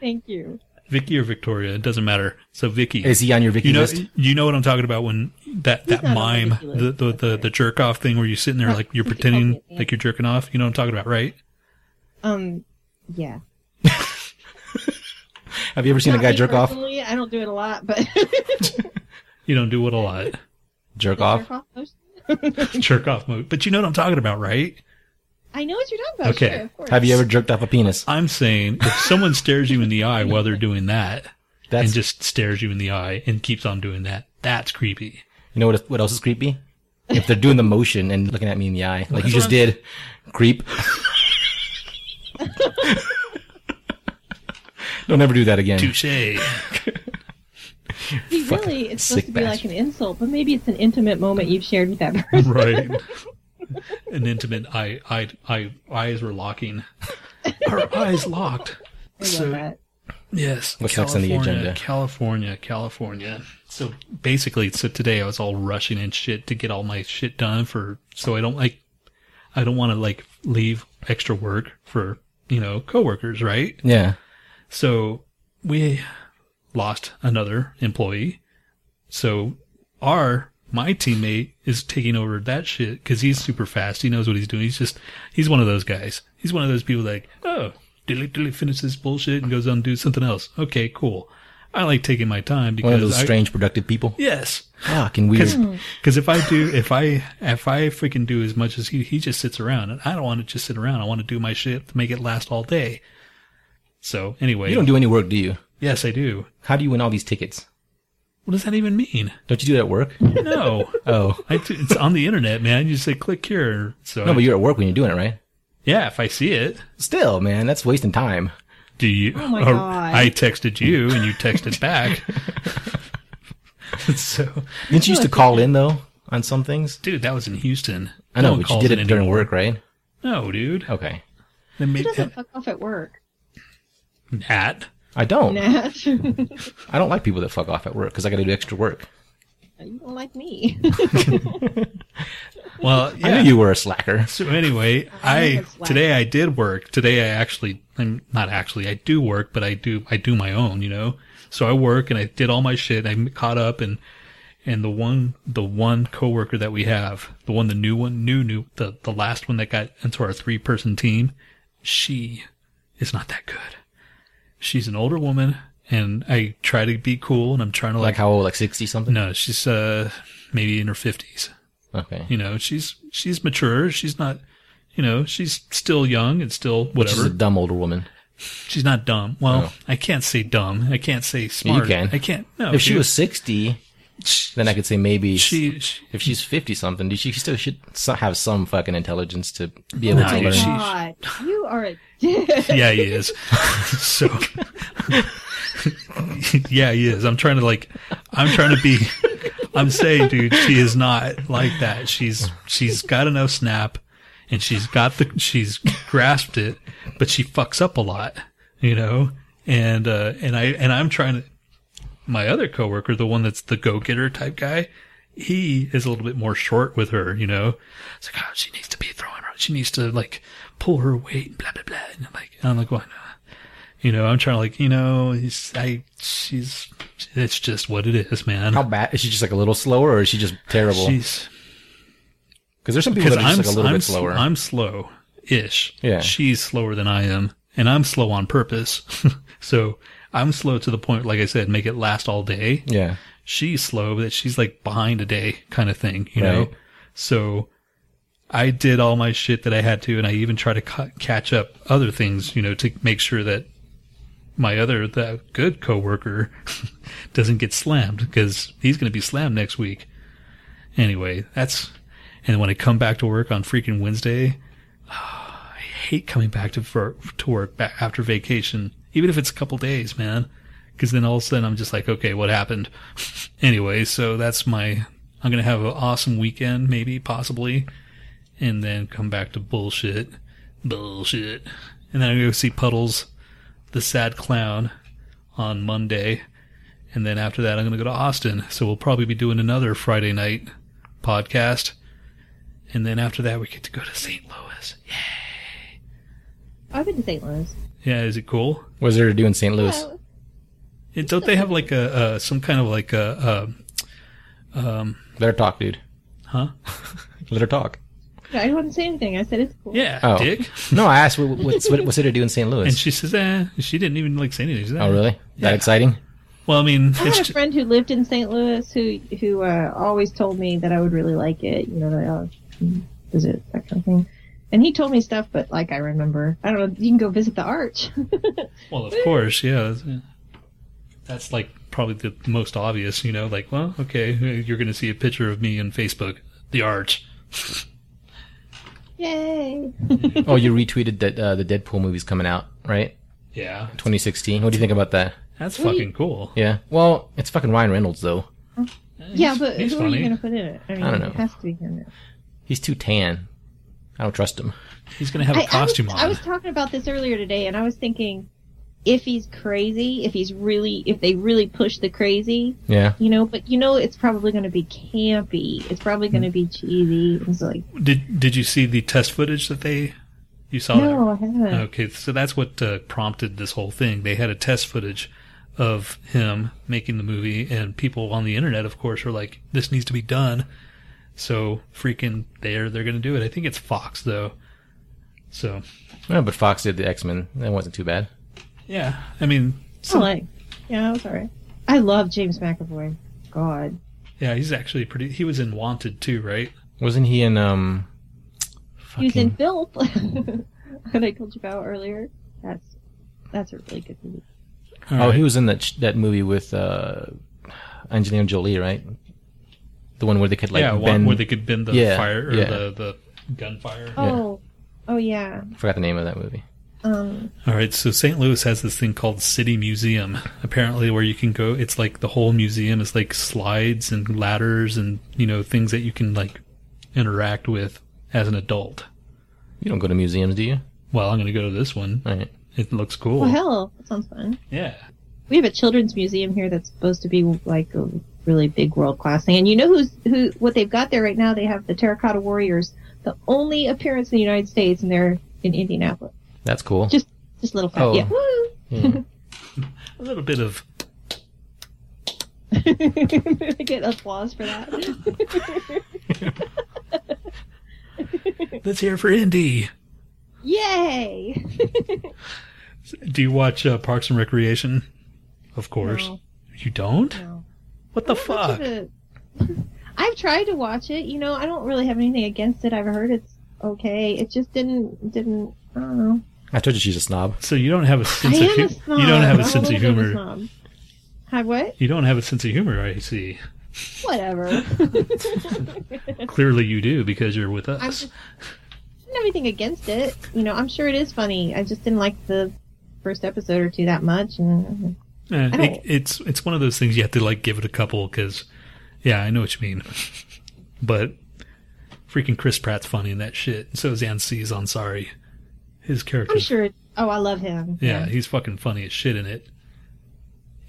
[SPEAKER 4] Thank you.
[SPEAKER 2] Vicky or Victoria, it doesn't matter. So Vicky,
[SPEAKER 3] Is he on your Vicky
[SPEAKER 2] you know,
[SPEAKER 3] list?
[SPEAKER 2] you know what I'm talking about when that that
[SPEAKER 4] not on
[SPEAKER 2] mime,
[SPEAKER 4] Vicky
[SPEAKER 2] the
[SPEAKER 4] list,
[SPEAKER 2] the, the the jerk off thing where you're sitting there like you're
[SPEAKER 4] What do you call
[SPEAKER 2] pretending
[SPEAKER 4] it?
[SPEAKER 2] like you're jerking off. You know what I'm talking about, right?
[SPEAKER 4] Um, yeah.
[SPEAKER 3] Have you ever seen a
[SPEAKER 4] Not
[SPEAKER 3] guy
[SPEAKER 4] me
[SPEAKER 3] jerk off?
[SPEAKER 4] personally, I don't do it a lot, but [laughs]
[SPEAKER 2] You don't do it a lot,
[SPEAKER 3] Jerk off.
[SPEAKER 4] Jerk off motion?
[SPEAKER 2] jerk off mode. But you know what I'm talking about, right?
[SPEAKER 4] I know what you're talking about.
[SPEAKER 2] Okay.
[SPEAKER 4] Sure, of course.
[SPEAKER 3] Have you ever jerked off a penis?
[SPEAKER 2] I'm saying if someone stares you in the eye while they're doing that,
[SPEAKER 3] That's
[SPEAKER 2] and just stares you in the eye and keeps on doing that, that's creepy.
[SPEAKER 3] you know what? What else is creepy? If they're doing the motion and looking at me in the eye, like you just did,
[SPEAKER 4] [laughs]
[SPEAKER 3] creep. Don't ever do that again. [laughs]
[SPEAKER 2] Touche.
[SPEAKER 4] See, really, it's supposed
[SPEAKER 3] sick
[SPEAKER 4] to be like
[SPEAKER 3] bastard.
[SPEAKER 4] an insult, but maybe it's an intimate moment you've shared with that [laughs] person.
[SPEAKER 2] right. An intimate eye, eye, eye, eyes were locking. Her eyes locked.
[SPEAKER 4] I love
[SPEAKER 2] So-
[SPEAKER 4] that.
[SPEAKER 2] Yes.
[SPEAKER 3] What's next on the
[SPEAKER 2] California,
[SPEAKER 3] agenda?
[SPEAKER 2] California, California. So basically, so today I was all rushing and shit to get all my shit done for, so I don't like, I don't want to like leave extra work for, you know, coworkers, right?
[SPEAKER 3] Yeah.
[SPEAKER 2] So we lost another employee. So our, my teammate is taking over that shit because he's super fast. He knows what he's doing. He's just, he's one of those guys. He's one of those people that, like, oh, dilly dilly finishes this bullshit and goes on to do something else. Okay, cool. I like taking my time because
[SPEAKER 3] One of those
[SPEAKER 2] I-
[SPEAKER 3] strange productive people.
[SPEAKER 2] yes.
[SPEAKER 3] Fucking weird.
[SPEAKER 2] Because if I do, if I if I freaking do as much as he, he just sits around, and I don't want to just sit around. I want to do my shit to make it last all day. So anyway,
[SPEAKER 3] You don't do any work, do you?
[SPEAKER 2] yes, I do.
[SPEAKER 3] How do you win all these tickets?
[SPEAKER 2] What does that even mean?
[SPEAKER 3] Don't you do it at work?
[SPEAKER 2] No,
[SPEAKER 3] Oh.
[SPEAKER 2] I t- it's on the internet, man. You say click here. So
[SPEAKER 3] No, but you're at work when you're doing it, right?
[SPEAKER 2] yeah, if I see it,
[SPEAKER 3] Still, man, that's wasting time.
[SPEAKER 2] do you?
[SPEAKER 4] Oh my
[SPEAKER 2] or
[SPEAKER 4] God.
[SPEAKER 2] I texted you and you texted
[SPEAKER 3] [laughs]
[SPEAKER 2] back. so,
[SPEAKER 3] Didn't you used to call in though on some things?
[SPEAKER 2] dude, that was in Houston.
[SPEAKER 3] I know,
[SPEAKER 2] one
[SPEAKER 3] but
[SPEAKER 2] calls
[SPEAKER 3] you did
[SPEAKER 2] in
[SPEAKER 3] it during
[SPEAKER 2] anymore.
[SPEAKER 3] work, right?
[SPEAKER 2] No, dude.
[SPEAKER 3] Okay.
[SPEAKER 2] Then
[SPEAKER 4] He
[SPEAKER 2] maybe
[SPEAKER 4] doesn't fuck off at work. [laughs]
[SPEAKER 2] Nat.
[SPEAKER 3] I don't.
[SPEAKER 4] Nat, you
[SPEAKER 3] I don't like people that fuck off at work because I got to do extra work.
[SPEAKER 4] don't like me. [laughs]
[SPEAKER 2] Well, yeah.
[SPEAKER 3] I knew you were a slacker.
[SPEAKER 2] So anyway,
[SPEAKER 4] I
[SPEAKER 2] I
[SPEAKER 4] think it's
[SPEAKER 2] today I did work. Today I actually I'm not actually I do work, but I do I do my own, you know. So I work and I did all my shit. I caught up and and the one the one coworker that we have, the one the new one, new new the the last one that got into our three person team, she is not that good. She's an older woman and I try to be cool and I'm trying to
[SPEAKER 3] Like
[SPEAKER 2] like,
[SPEAKER 3] how old? Like sixty something.
[SPEAKER 2] no, she's uh maybe in her 50s
[SPEAKER 3] Okay.
[SPEAKER 2] you know she's she's mature she's not you know she's still young and still whatever
[SPEAKER 3] She's a dumb older woman.
[SPEAKER 2] she's not dumb well
[SPEAKER 3] Oh.
[SPEAKER 2] i can't say dumb i can't say smart
[SPEAKER 3] can.
[SPEAKER 2] i can't no
[SPEAKER 3] if she
[SPEAKER 2] dude.
[SPEAKER 3] was sixty, then I could say maybe.
[SPEAKER 2] Oh, she, she
[SPEAKER 3] if she's fifty something, she she still should so- have some fucking intelligence to be able
[SPEAKER 2] No,
[SPEAKER 3] to
[SPEAKER 2] dude,
[SPEAKER 3] learn.
[SPEAKER 2] she-
[SPEAKER 4] Oh God, you are a [laughs] dick.
[SPEAKER 2] yeah he is [laughs] so yeah he is i'm trying to like i'm trying to be i'm saying dude she is not like that she's she's got enough snap and she's got the she's grasped it but she fucks up a lot you know and uh and i and i'm trying to my other coworker, the one that's the go-getter type guy, he is a little bit more short with her, you know. It's like, oh, she needs to be throwing her. She needs to like pull her weight, blah blah blah. And I'm like, I'm like, why not? You know, I'm trying to like, you know, he's, I, she's, it's just what it is, man.
[SPEAKER 3] How bad is she? Just like a little slower, or is she just terrible?
[SPEAKER 2] She's
[SPEAKER 3] Because there's some people
[SPEAKER 2] because
[SPEAKER 3] that are just
[SPEAKER 2] I'm
[SPEAKER 3] like a little
[SPEAKER 2] I'm,
[SPEAKER 3] bit slower.
[SPEAKER 2] I'm slow ish.
[SPEAKER 3] Yeah.
[SPEAKER 2] She's slower than I am. And I'm slow on purpose. [laughs] so I'm slow to the point, like I said, make it last all day.
[SPEAKER 3] yeah,
[SPEAKER 2] she's slow, but she's like behind a day kind of thing, you know?
[SPEAKER 3] Right.
[SPEAKER 2] So I did all my shit that I had to, and I even tried to ca- catch up other things, you know, to make sure that my other, the good coworker [laughs] doesn't get slammed because he's going to be slammed next week. Anyway, that's, and when I come back to work on freaking Wednesday, [sighs] I hate coming back to, for, to work ba- after vacation, even if it's a couple days, man. Because then all of a sudden I'm just like, okay, what happened? anyway, so that's my. I'm gonna have an awesome weekend, maybe, possibly, and then come back to bullshit, bullshit, and then I go see Puddles, the sad clown, on Monday, and then after that I'm gonna go to Austin. So we'll probably be doing another Friday night podcast, and then after that we get to go to St. Louis. Yeah,
[SPEAKER 4] I've been to St. Louis.
[SPEAKER 2] yeah is it cool?
[SPEAKER 3] was there to do in St. Louis?
[SPEAKER 4] Well,
[SPEAKER 2] And don't they have like a uh, some kind of like a
[SPEAKER 3] Let her talk, dude.
[SPEAKER 2] uh, huh?
[SPEAKER 3] Let her talk.
[SPEAKER 4] I didn't say anything. I said it's cool.
[SPEAKER 2] Yeah,
[SPEAKER 3] Oh.
[SPEAKER 2] dick.
[SPEAKER 3] [laughs] No, I asked what, what's what, what's there to do in St. Louis.
[SPEAKER 2] And she says, eh, she didn't even like say anything. She's, eh.
[SPEAKER 3] oh, really?
[SPEAKER 2] Yeah.
[SPEAKER 3] That [laughs] exciting?
[SPEAKER 2] Well, I mean,
[SPEAKER 4] I
[SPEAKER 2] it's
[SPEAKER 4] had a
[SPEAKER 2] ju-
[SPEAKER 4] friend who lived in St. Louis who who uh, always told me that I would really like it. You know, that oh, I'll visit that kind of thing. And he told me stuff, but like I remember, I don't know. You can go visit the arch. [laughs]
[SPEAKER 2] well, of course, yeah. That's, yeah. That's, like probably the most obvious, you know. Like, well, okay, you're gonna see a picture of me on Facebook, the arch.
[SPEAKER 4] Yay!
[SPEAKER 3] Oh, you retweeted that uh, the Deadpool movie's coming out, right?
[SPEAKER 2] Yeah,
[SPEAKER 3] 2016. What do you think about that?
[SPEAKER 2] that's
[SPEAKER 4] Wait.
[SPEAKER 2] fucking cool.
[SPEAKER 3] Yeah. Well, it's fucking Ryan Reynolds though.
[SPEAKER 4] Yeah, but
[SPEAKER 2] he's
[SPEAKER 4] who are
[SPEAKER 2] funny.
[SPEAKER 4] you going to put in it? I mean,
[SPEAKER 3] I don't know.
[SPEAKER 4] it has to be him. now.
[SPEAKER 3] He's too tan. I don't trust him.
[SPEAKER 2] He's gonna have a
[SPEAKER 4] I, I, was,
[SPEAKER 2] costume on.
[SPEAKER 4] I was talking about this earlier today, and I was thinking, if he's crazy, if he's really, if they really push the crazy,
[SPEAKER 3] Yeah.
[SPEAKER 4] you know. But you know, it's probably going to be campy. It's probably
[SPEAKER 2] Hmm.
[SPEAKER 4] going to be cheesy. It's like,
[SPEAKER 2] Did Did you see the test footage that they you saw? that?
[SPEAKER 4] no, I haven't.
[SPEAKER 2] Okay, so that's what uh, prompted this whole thing. They had a test footage of him making the movie, and people on the internet, of course, were like, "This needs to be done." So freaking, they're they're gonna do it. I think it's Fox though. So
[SPEAKER 3] No, but Fox did the X Men. That wasn't too bad.
[SPEAKER 2] yeah, I mean,
[SPEAKER 4] I like, yeah, it was alright. I love James McAvoy. God,
[SPEAKER 2] yeah, he's actually pretty. He was in Wanted too, right?
[SPEAKER 3] Wasn't he in um?
[SPEAKER 4] he was
[SPEAKER 3] fucking-
[SPEAKER 4] in Filth [laughs] that I told you about earlier. That's that's a really good movie.
[SPEAKER 3] Oh, he was in that sh- that movie with uh, Angelina Jolie, right? The one where they could like
[SPEAKER 2] yeah, one
[SPEAKER 3] bend.
[SPEAKER 2] where they could bend the
[SPEAKER 3] Yeah,
[SPEAKER 2] fire or
[SPEAKER 3] yeah.
[SPEAKER 2] the the gunfire.
[SPEAKER 4] Oh, oh yeah.
[SPEAKER 3] Forgot the name of that movie.
[SPEAKER 4] Um,
[SPEAKER 2] All right, so St. Louis has this thing called City Museum, apparently, where you can go. It's like the whole museum is like slides and ladders and, you know, things that you can like interact with as an adult.
[SPEAKER 3] You don't go to museums, do you?
[SPEAKER 2] Well, I'm going to go to this one.
[SPEAKER 3] All right.
[SPEAKER 2] It looks cool.
[SPEAKER 4] Well, hell, that sounds fun.
[SPEAKER 2] yeah.
[SPEAKER 4] We have a children's museum here that's supposed to be like a really big world class thing. And you know who's who? What they've got there right now? They have the Terracotta Warriors, the only appearance in the United States, and they're in Indianapolis.
[SPEAKER 3] That's cool.
[SPEAKER 4] Just, just little fact.
[SPEAKER 3] Oh.
[SPEAKER 4] Yeah. Woo! [laughs]
[SPEAKER 2] A little bit of
[SPEAKER 4] Get applause for that.
[SPEAKER 2] let's hear it for Indy.
[SPEAKER 4] Yay!
[SPEAKER 2] Do you watch uh, Parks and Recreation? Of course.
[SPEAKER 4] No.
[SPEAKER 2] You don't?
[SPEAKER 4] No.
[SPEAKER 2] What the
[SPEAKER 4] Much
[SPEAKER 2] fuck?
[SPEAKER 4] of a- [laughs] I've tried to watch it. You know, I don't really have anything against it. I've heard it's okay. It just didn't didn't. I don't know.
[SPEAKER 3] I told you she's a snob.
[SPEAKER 2] So you don't have a
[SPEAKER 4] I
[SPEAKER 2] sense of
[SPEAKER 4] am a
[SPEAKER 2] humor.
[SPEAKER 4] snob.
[SPEAKER 2] You don't have
[SPEAKER 4] I'm
[SPEAKER 2] a sense of
[SPEAKER 4] little bit
[SPEAKER 2] humor.
[SPEAKER 4] snob. Hi, what?
[SPEAKER 2] You don't have a sense of humor, I see. [laughs]
[SPEAKER 4] Whatever.
[SPEAKER 2] Clearly you do because you're with us.
[SPEAKER 4] I'm just, I didn't have anything against it. You know, I'm sure it is funny. I just didn't like the first episode or two that much, and
[SPEAKER 2] Eh,
[SPEAKER 4] I
[SPEAKER 2] it,
[SPEAKER 4] don't-
[SPEAKER 2] it's it's one of those things you have to like give it a couple because, yeah, I know what you mean. [laughs] but freaking Chris Pratt's funny in that shit. and So is Ansees on Sorry. His character.
[SPEAKER 4] I'm sure. It, oh, I love him.
[SPEAKER 2] Yeah, he's fucking funny as shit in it.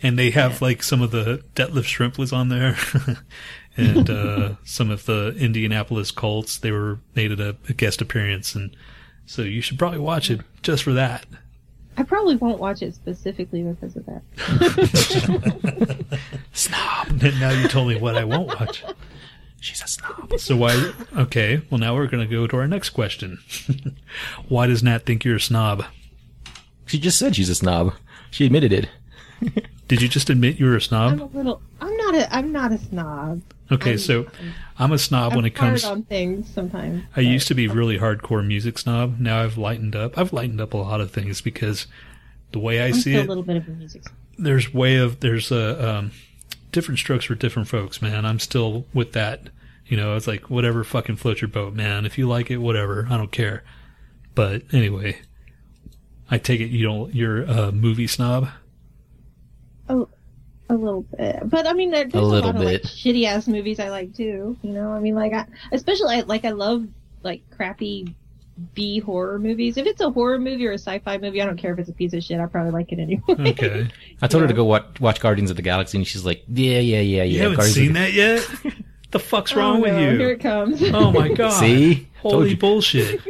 [SPEAKER 2] And they have like some of the Detlef Shrimp was on there, [laughs] and
[SPEAKER 4] [laughs]
[SPEAKER 2] uh, some of the Indianapolis Colts. They were they did a, a guest appearance, and so you should probably watch it just for that. [laughs]
[SPEAKER 4] I probably won't watch it specifically because of that.
[SPEAKER 2] Snob. now you told me what I won't watch.
[SPEAKER 3] She's a snob.
[SPEAKER 2] So why? Okay, well now we're gonna go to our next question. [laughs] why does Nat think you're a snob?
[SPEAKER 3] She just said she's a snob. She admitted it.
[SPEAKER 2] Did you just admit you were a
[SPEAKER 4] I'm
[SPEAKER 2] snob?
[SPEAKER 4] a little. I'm not a. I'm not a snob.
[SPEAKER 2] Okay,
[SPEAKER 4] I'm-
[SPEAKER 2] so I'm a snob
[SPEAKER 4] I'm
[SPEAKER 2] when it comes.
[SPEAKER 4] hard on things sometimes.
[SPEAKER 2] I used to be really hardcore music snob. Now I've lightened up. I've lightened up a lot of things because the way I
[SPEAKER 4] I'm
[SPEAKER 2] see
[SPEAKER 4] still
[SPEAKER 2] it,
[SPEAKER 4] a little bit of a music.
[SPEAKER 2] there's way of there's a um, different strokes for different folks, man. I'm still with that. You know, it's like whatever fucking floats your boat, man. If you like it, whatever. I don't care. But anyway, I take it you don't you're a movie snob.
[SPEAKER 4] A little bit, but I mean, there, there's a,
[SPEAKER 3] little
[SPEAKER 4] lot of like
[SPEAKER 3] bit.
[SPEAKER 4] shitty ass movies I like too. You know, I mean, like I especially I, like I love like crappy B horror movies. If it's a horror movie or a sci-fi movie, I don't care if it's a piece of shit. I probably like it anyway.
[SPEAKER 2] Hmm.
[SPEAKER 4] [laughs]
[SPEAKER 2] Okay,
[SPEAKER 3] I told her to go watch, watch Guardians of the Galaxy, and she's like, yeah, yeah, yeah, yeah.
[SPEAKER 2] you haven't
[SPEAKER 3] Guardians of
[SPEAKER 2] seen
[SPEAKER 3] the-
[SPEAKER 2] that
[SPEAKER 3] [laughs]
[SPEAKER 2] yet. the fuck's wrong
[SPEAKER 4] Oh,
[SPEAKER 2] with
[SPEAKER 4] no,
[SPEAKER 2] you?
[SPEAKER 4] Here it comes.
[SPEAKER 2] Oh my god!
[SPEAKER 3] See? Told
[SPEAKER 2] holy [laughs]
[SPEAKER 3] you.
[SPEAKER 2] bullshit!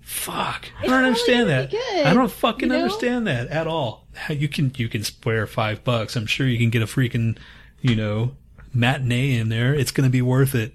[SPEAKER 2] Fuck! I don't
[SPEAKER 4] probably
[SPEAKER 2] understand
[SPEAKER 4] gonna
[SPEAKER 2] that.
[SPEAKER 4] be good,
[SPEAKER 2] I don't fucking
[SPEAKER 4] you know?
[SPEAKER 2] understand that at all. How You can you can spare five bucks. I'm sure you can get a freaking you know matinee in there. It's gonna be worth it.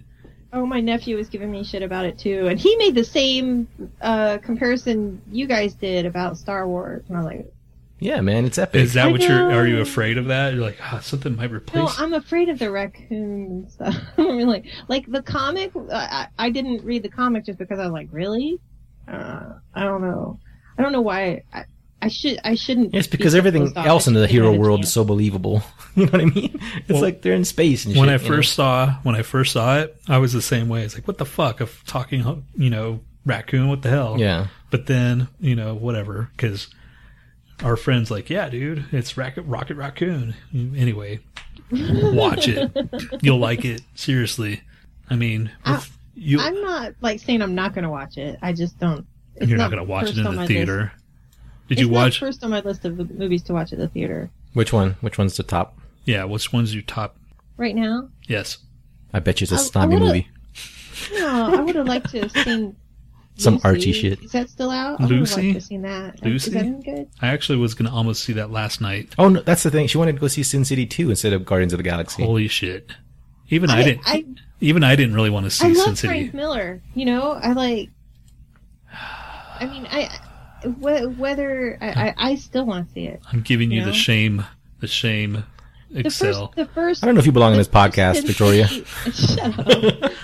[SPEAKER 4] Oh, my nephew was giving me shit about it too, and he made the same uh, comparison you guys did about Star Wars, and I'm like,
[SPEAKER 3] Yeah, man, it's epic.
[SPEAKER 2] Is that
[SPEAKER 4] I
[SPEAKER 2] what you're? Are you
[SPEAKER 4] know.
[SPEAKER 2] afraid of that? You're like, ah, something might replace.
[SPEAKER 4] No, I'm afraid of the raccoons. [laughs] I mean, like, like the comic. I, I I didn't read the comic just because I was like, really? Uh, I don't know. I don't know why. I, I should. I shouldn't.
[SPEAKER 3] Yes,
[SPEAKER 4] be
[SPEAKER 3] because
[SPEAKER 4] so
[SPEAKER 3] everything
[SPEAKER 4] closed off.
[SPEAKER 3] else in
[SPEAKER 4] I
[SPEAKER 3] the
[SPEAKER 4] should give
[SPEAKER 3] hero
[SPEAKER 4] it a
[SPEAKER 3] world
[SPEAKER 4] chance.
[SPEAKER 3] is so believable. [laughs] you know what I mean? It's
[SPEAKER 2] Well,
[SPEAKER 3] like they're in space and shit.
[SPEAKER 2] when I
[SPEAKER 3] you know?
[SPEAKER 2] first saw when I first saw it, I was the same way. It's like, what the fuck? A f- talking, you know, raccoon. What the hell?
[SPEAKER 3] Yeah.
[SPEAKER 2] But then, you know, whatever, because our friend's like, yeah, dude, it's Rocket, Rocket Raccoon. Anyway, watch
[SPEAKER 4] [laughs]
[SPEAKER 2] it. You'll like it. Seriously. I mean,
[SPEAKER 4] I-
[SPEAKER 2] if you,
[SPEAKER 4] I'm not like saying I'm not going to watch it. I just don't. it's
[SPEAKER 2] you're not going to watch it
[SPEAKER 4] first
[SPEAKER 2] in
[SPEAKER 4] on
[SPEAKER 2] the
[SPEAKER 4] my list.
[SPEAKER 2] theater. Did
[SPEAKER 4] It's
[SPEAKER 2] you
[SPEAKER 4] not
[SPEAKER 2] watch?
[SPEAKER 4] first on my list of movies to watch at the theater
[SPEAKER 3] Which one? Which one's the top?
[SPEAKER 2] yeah, which one's your top?
[SPEAKER 4] right now?
[SPEAKER 2] Yes.
[SPEAKER 3] I bet you it's a
[SPEAKER 4] I- I
[SPEAKER 3] snobby
[SPEAKER 4] wanna-
[SPEAKER 3] movie.
[SPEAKER 4] No, I would have liked to have seen
[SPEAKER 3] [laughs] Some
[SPEAKER 4] Lucy.
[SPEAKER 3] Archie shit.
[SPEAKER 4] Is that still out? I would have liked
[SPEAKER 2] Lucy?
[SPEAKER 4] to have seen that.
[SPEAKER 2] Lucy?
[SPEAKER 4] Is that any good?
[SPEAKER 2] I actually was going to almost see that last night.
[SPEAKER 3] Oh, no, that's the thing. She wanted to go see Sin City 2 instead of Guardians of the Galaxy.
[SPEAKER 2] Holy shit. Even I, didn't.
[SPEAKER 4] I,
[SPEAKER 2] even I didn't really want to see
[SPEAKER 4] I
[SPEAKER 2] Sin
[SPEAKER 4] love
[SPEAKER 2] City.
[SPEAKER 4] Frank Miller. You know, I like. I mean, I wh- whether I, I, I still want to see it.
[SPEAKER 2] I'm giving you
[SPEAKER 4] You
[SPEAKER 2] the
[SPEAKER 4] know?
[SPEAKER 2] shame. The shame.
[SPEAKER 4] The
[SPEAKER 2] Excel.
[SPEAKER 4] first, the first.
[SPEAKER 3] I don't know if you belong on this
[SPEAKER 4] the first
[SPEAKER 3] podcast,
[SPEAKER 4] [laughs] Sin
[SPEAKER 3] Victoria.
[SPEAKER 4] City- [laughs] shut up.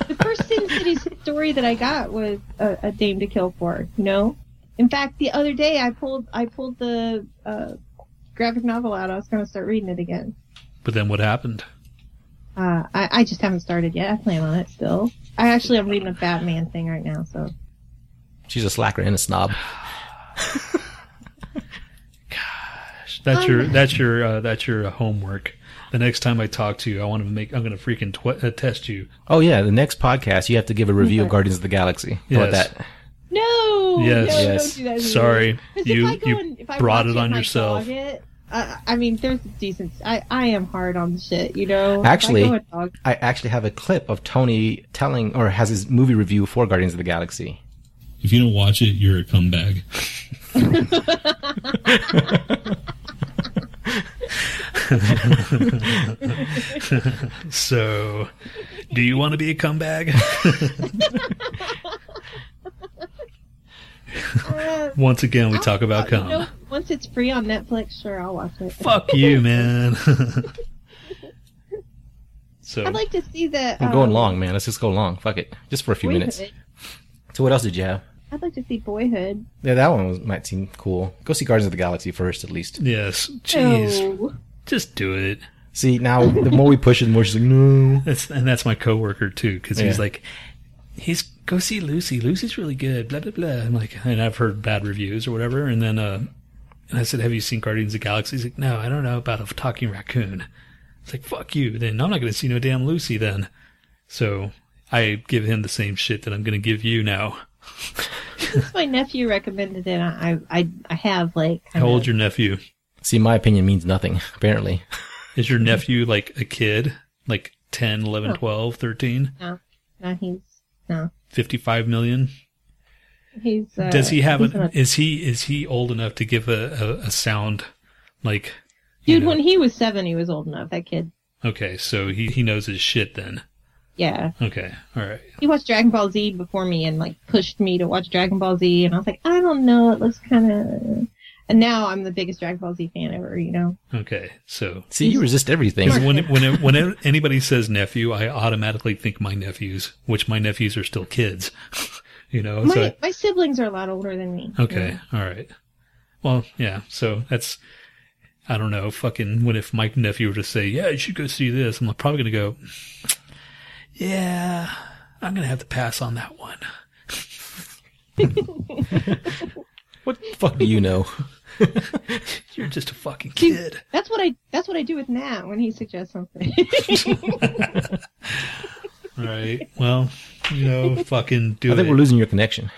[SPEAKER 4] the first Sin City story that I got was a, a Dame to Kill for. You know. In fact, the other day I pulled I pulled the uh, graphic novel out. I was going to start reading it again.
[SPEAKER 2] but then what happened?
[SPEAKER 4] Uh, I, I just haven't started yet. I plan on it still. I actually am reading a Batman thing right now, so
[SPEAKER 3] She's a slacker and a snob.
[SPEAKER 2] That's your
[SPEAKER 4] Um,
[SPEAKER 2] that's your uh, that's your homework. The next time I talk to you, I want to make I'm going to freaking tw- uh, test you.
[SPEAKER 3] Oh, yeah, the next podcast, you have to give a review of Guardians of the Galaxy. How about
[SPEAKER 2] Yes.
[SPEAKER 3] that?
[SPEAKER 4] no. No,
[SPEAKER 2] Yes.
[SPEAKER 4] no,
[SPEAKER 3] Yes.
[SPEAKER 4] Don't do that to me.
[SPEAKER 2] Sorry,
[SPEAKER 4] 'Cause
[SPEAKER 2] you
[SPEAKER 4] if I go
[SPEAKER 2] you
[SPEAKER 4] and, if I
[SPEAKER 2] brought
[SPEAKER 4] watch
[SPEAKER 2] it on
[SPEAKER 4] and I
[SPEAKER 2] yourself.
[SPEAKER 4] dog It, I, I mean, there's a decent. I I am hard on the shit, you know. If I
[SPEAKER 3] Actually-
[SPEAKER 4] go and dog-
[SPEAKER 3] I actually have a clip of Tony telling, or has his movie review for Guardians of the Galaxy.
[SPEAKER 5] If you don't watch it, you're a cumbag.
[SPEAKER 2] So, do you want to be a comeback? [laughs]
[SPEAKER 4] Uh,
[SPEAKER 2] Once again, we
[SPEAKER 4] I'll-
[SPEAKER 2] talk about
[SPEAKER 4] you
[SPEAKER 2] cum.
[SPEAKER 4] know, once it's free on Netflix, sure, I'll watch it.
[SPEAKER 2] Fuck you, man. [laughs] so,
[SPEAKER 4] I'd like to see the.
[SPEAKER 3] I'm
[SPEAKER 4] um,
[SPEAKER 3] going long, man. Let's just go long. Fuck it, just for a few minutes.
[SPEAKER 4] Boyhood.
[SPEAKER 3] So what else did you have?
[SPEAKER 4] I'd like to see Boyhood.
[SPEAKER 3] Yeah, that one was, might seem cool. Go see Guardians of the Galaxy first, at least.
[SPEAKER 2] yes, jeez,
[SPEAKER 4] Oh.
[SPEAKER 2] just do it.
[SPEAKER 3] See, now the more we push it, the more she's like, no.
[SPEAKER 2] That's and that's my coworker too, because he's
[SPEAKER 3] Yeah.
[SPEAKER 2] like, he's go see Lucy. Lucy's really good. Blah blah blah. I'm like, and I've heard bad reviews or whatever. And then, uh, and I said, have you seen Guardians of the Galaxy? He's like, no, I don't know about a talking raccoon. It's like, fuck you. Then I'm not going to see no damn Lucy then. So I give him the same shit that I'm going to give you now.
[SPEAKER 4] My nephew recommended it. and I I, I have like.
[SPEAKER 2] How
[SPEAKER 4] kind
[SPEAKER 2] old's
[SPEAKER 4] of-
[SPEAKER 2] your nephew?
[SPEAKER 3] See, my opinion means nothing, [laughs] apparently.
[SPEAKER 2] Is your nephew like a kid? Like 10, 11, 12, 13,
[SPEAKER 4] No, no, he's no,
[SPEAKER 2] 55 million?
[SPEAKER 4] he's. Uh,
[SPEAKER 2] Does he have
[SPEAKER 4] he's
[SPEAKER 2] an?
[SPEAKER 4] not-
[SPEAKER 2] Is he is he old enough to give a, a, a sound? Like,
[SPEAKER 4] Dude,
[SPEAKER 2] know?
[SPEAKER 4] when he was seven, he was old enough. That kid.
[SPEAKER 2] okay, so he he knows his shit then.
[SPEAKER 4] Yeah,
[SPEAKER 2] Okay, all right.
[SPEAKER 4] he watched Dragon Ball Z before me and like pushed me to watch Dragon Ball Z, and I was like, I don't know, it looks kind of. And now I'm the biggest Dragon Ball Z fan ever. You know,
[SPEAKER 2] Okay, so
[SPEAKER 3] See, you resist everything.
[SPEAKER 2] 'cause when when when anybody says nephew, I automatically think my nephews, which my nephews are still kids. [laughs] you know,
[SPEAKER 4] my
[SPEAKER 2] so
[SPEAKER 4] my siblings are a lot older than me.
[SPEAKER 2] okay, all right. Well, yeah. So that's I don't know. Fucking when if my nephew were to say, yeah, you should go see this, I'm probably gonna go. Yeah, I'm gonna have to pass on that one.
[SPEAKER 3] what the fuck do you know?
[SPEAKER 2] You're just a fucking kid.
[SPEAKER 4] That's what I. That's what I do with Matt when he suggests something. [laughs]
[SPEAKER 2] Right. Well, you know, fucking do
[SPEAKER 3] I think
[SPEAKER 2] it.
[SPEAKER 3] we're losing your connection.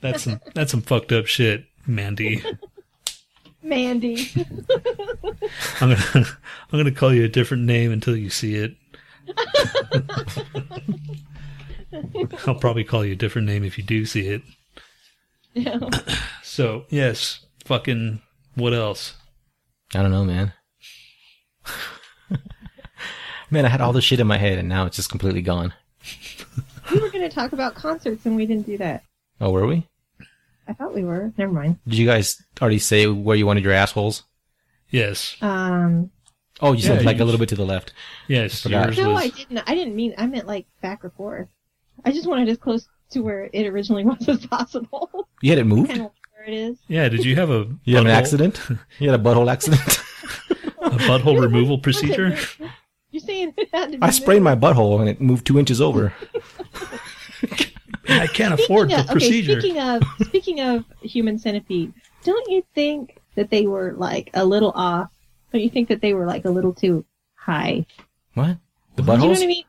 [SPEAKER 2] that's some that's some fucked up shit, Mandy.
[SPEAKER 4] Mandy.
[SPEAKER 2] I'm gonna [laughs] I'm gonna call you a different name until you see it. [laughs] I'll probably call you a different name if you do see it.
[SPEAKER 4] No.
[SPEAKER 2] So yes, fucking what else?
[SPEAKER 3] I don't know, man. [laughs] man, I had all this shit in my head, and now it's just completely gone.
[SPEAKER 4] we were going to talk about concerts and we didn't do that.
[SPEAKER 3] Oh, were we?
[SPEAKER 4] I thought we were. Never mind.
[SPEAKER 3] Did you guys already say where you wanted your assholes?
[SPEAKER 2] Yes,
[SPEAKER 4] Um,
[SPEAKER 3] Oh, you said
[SPEAKER 2] Yeah,
[SPEAKER 3] like
[SPEAKER 2] you-
[SPEAKER 3] a little bit to the left.
[SPEAKER 2] yes.
[SPEAKER 3] Forgot.
[SPEAKER 2] Yours
[SPEAKER 4] no,
[SPEAKER 2] was
[SPEAKER 4] I didn't. I didn't mean. I meant like back or forth. I just wanted as close to where it originally [laughs] was as possible. [laughs]
[SPEAKER 3] You had it moved?
[SPEAKER 4] kind of where it is.
[SPEAKER 2] yeah. Did you have a
[SPEAKER 3] You had an
[SPEAKER 2] butthole-
[SPEAKER 3] accident? [laughs] You had a butthole accident?
[SPEAKER 2] A
[SPEAKER 4] [laughs]
[SPEAKER 2] butthole removal procedure?
[SPEAKER 4] You're saying [laughs] it had to
[SPEAKER 3] [laughs]
[SPEAKER 4] be
[SPEAKER 3] I sprained my butthole, and it moved two inches over.
[SPEAKER 2] I can't afford the
[SPEAKER 4] of,
[SPEAKER 2] procedure.
[SPEAKER 4] Okay,
[SPEAKER 2] [laughs]
[SPEAKER 4] speaking of speaking of human centipede, don't you think that they were like a little off? Don't you think that they were like a little too high?
[SPEAKER 3] What? The
[SPEAKER 4] You know
[SPEAKER 3] buttholes?
[SPEAKER 4] what I mean?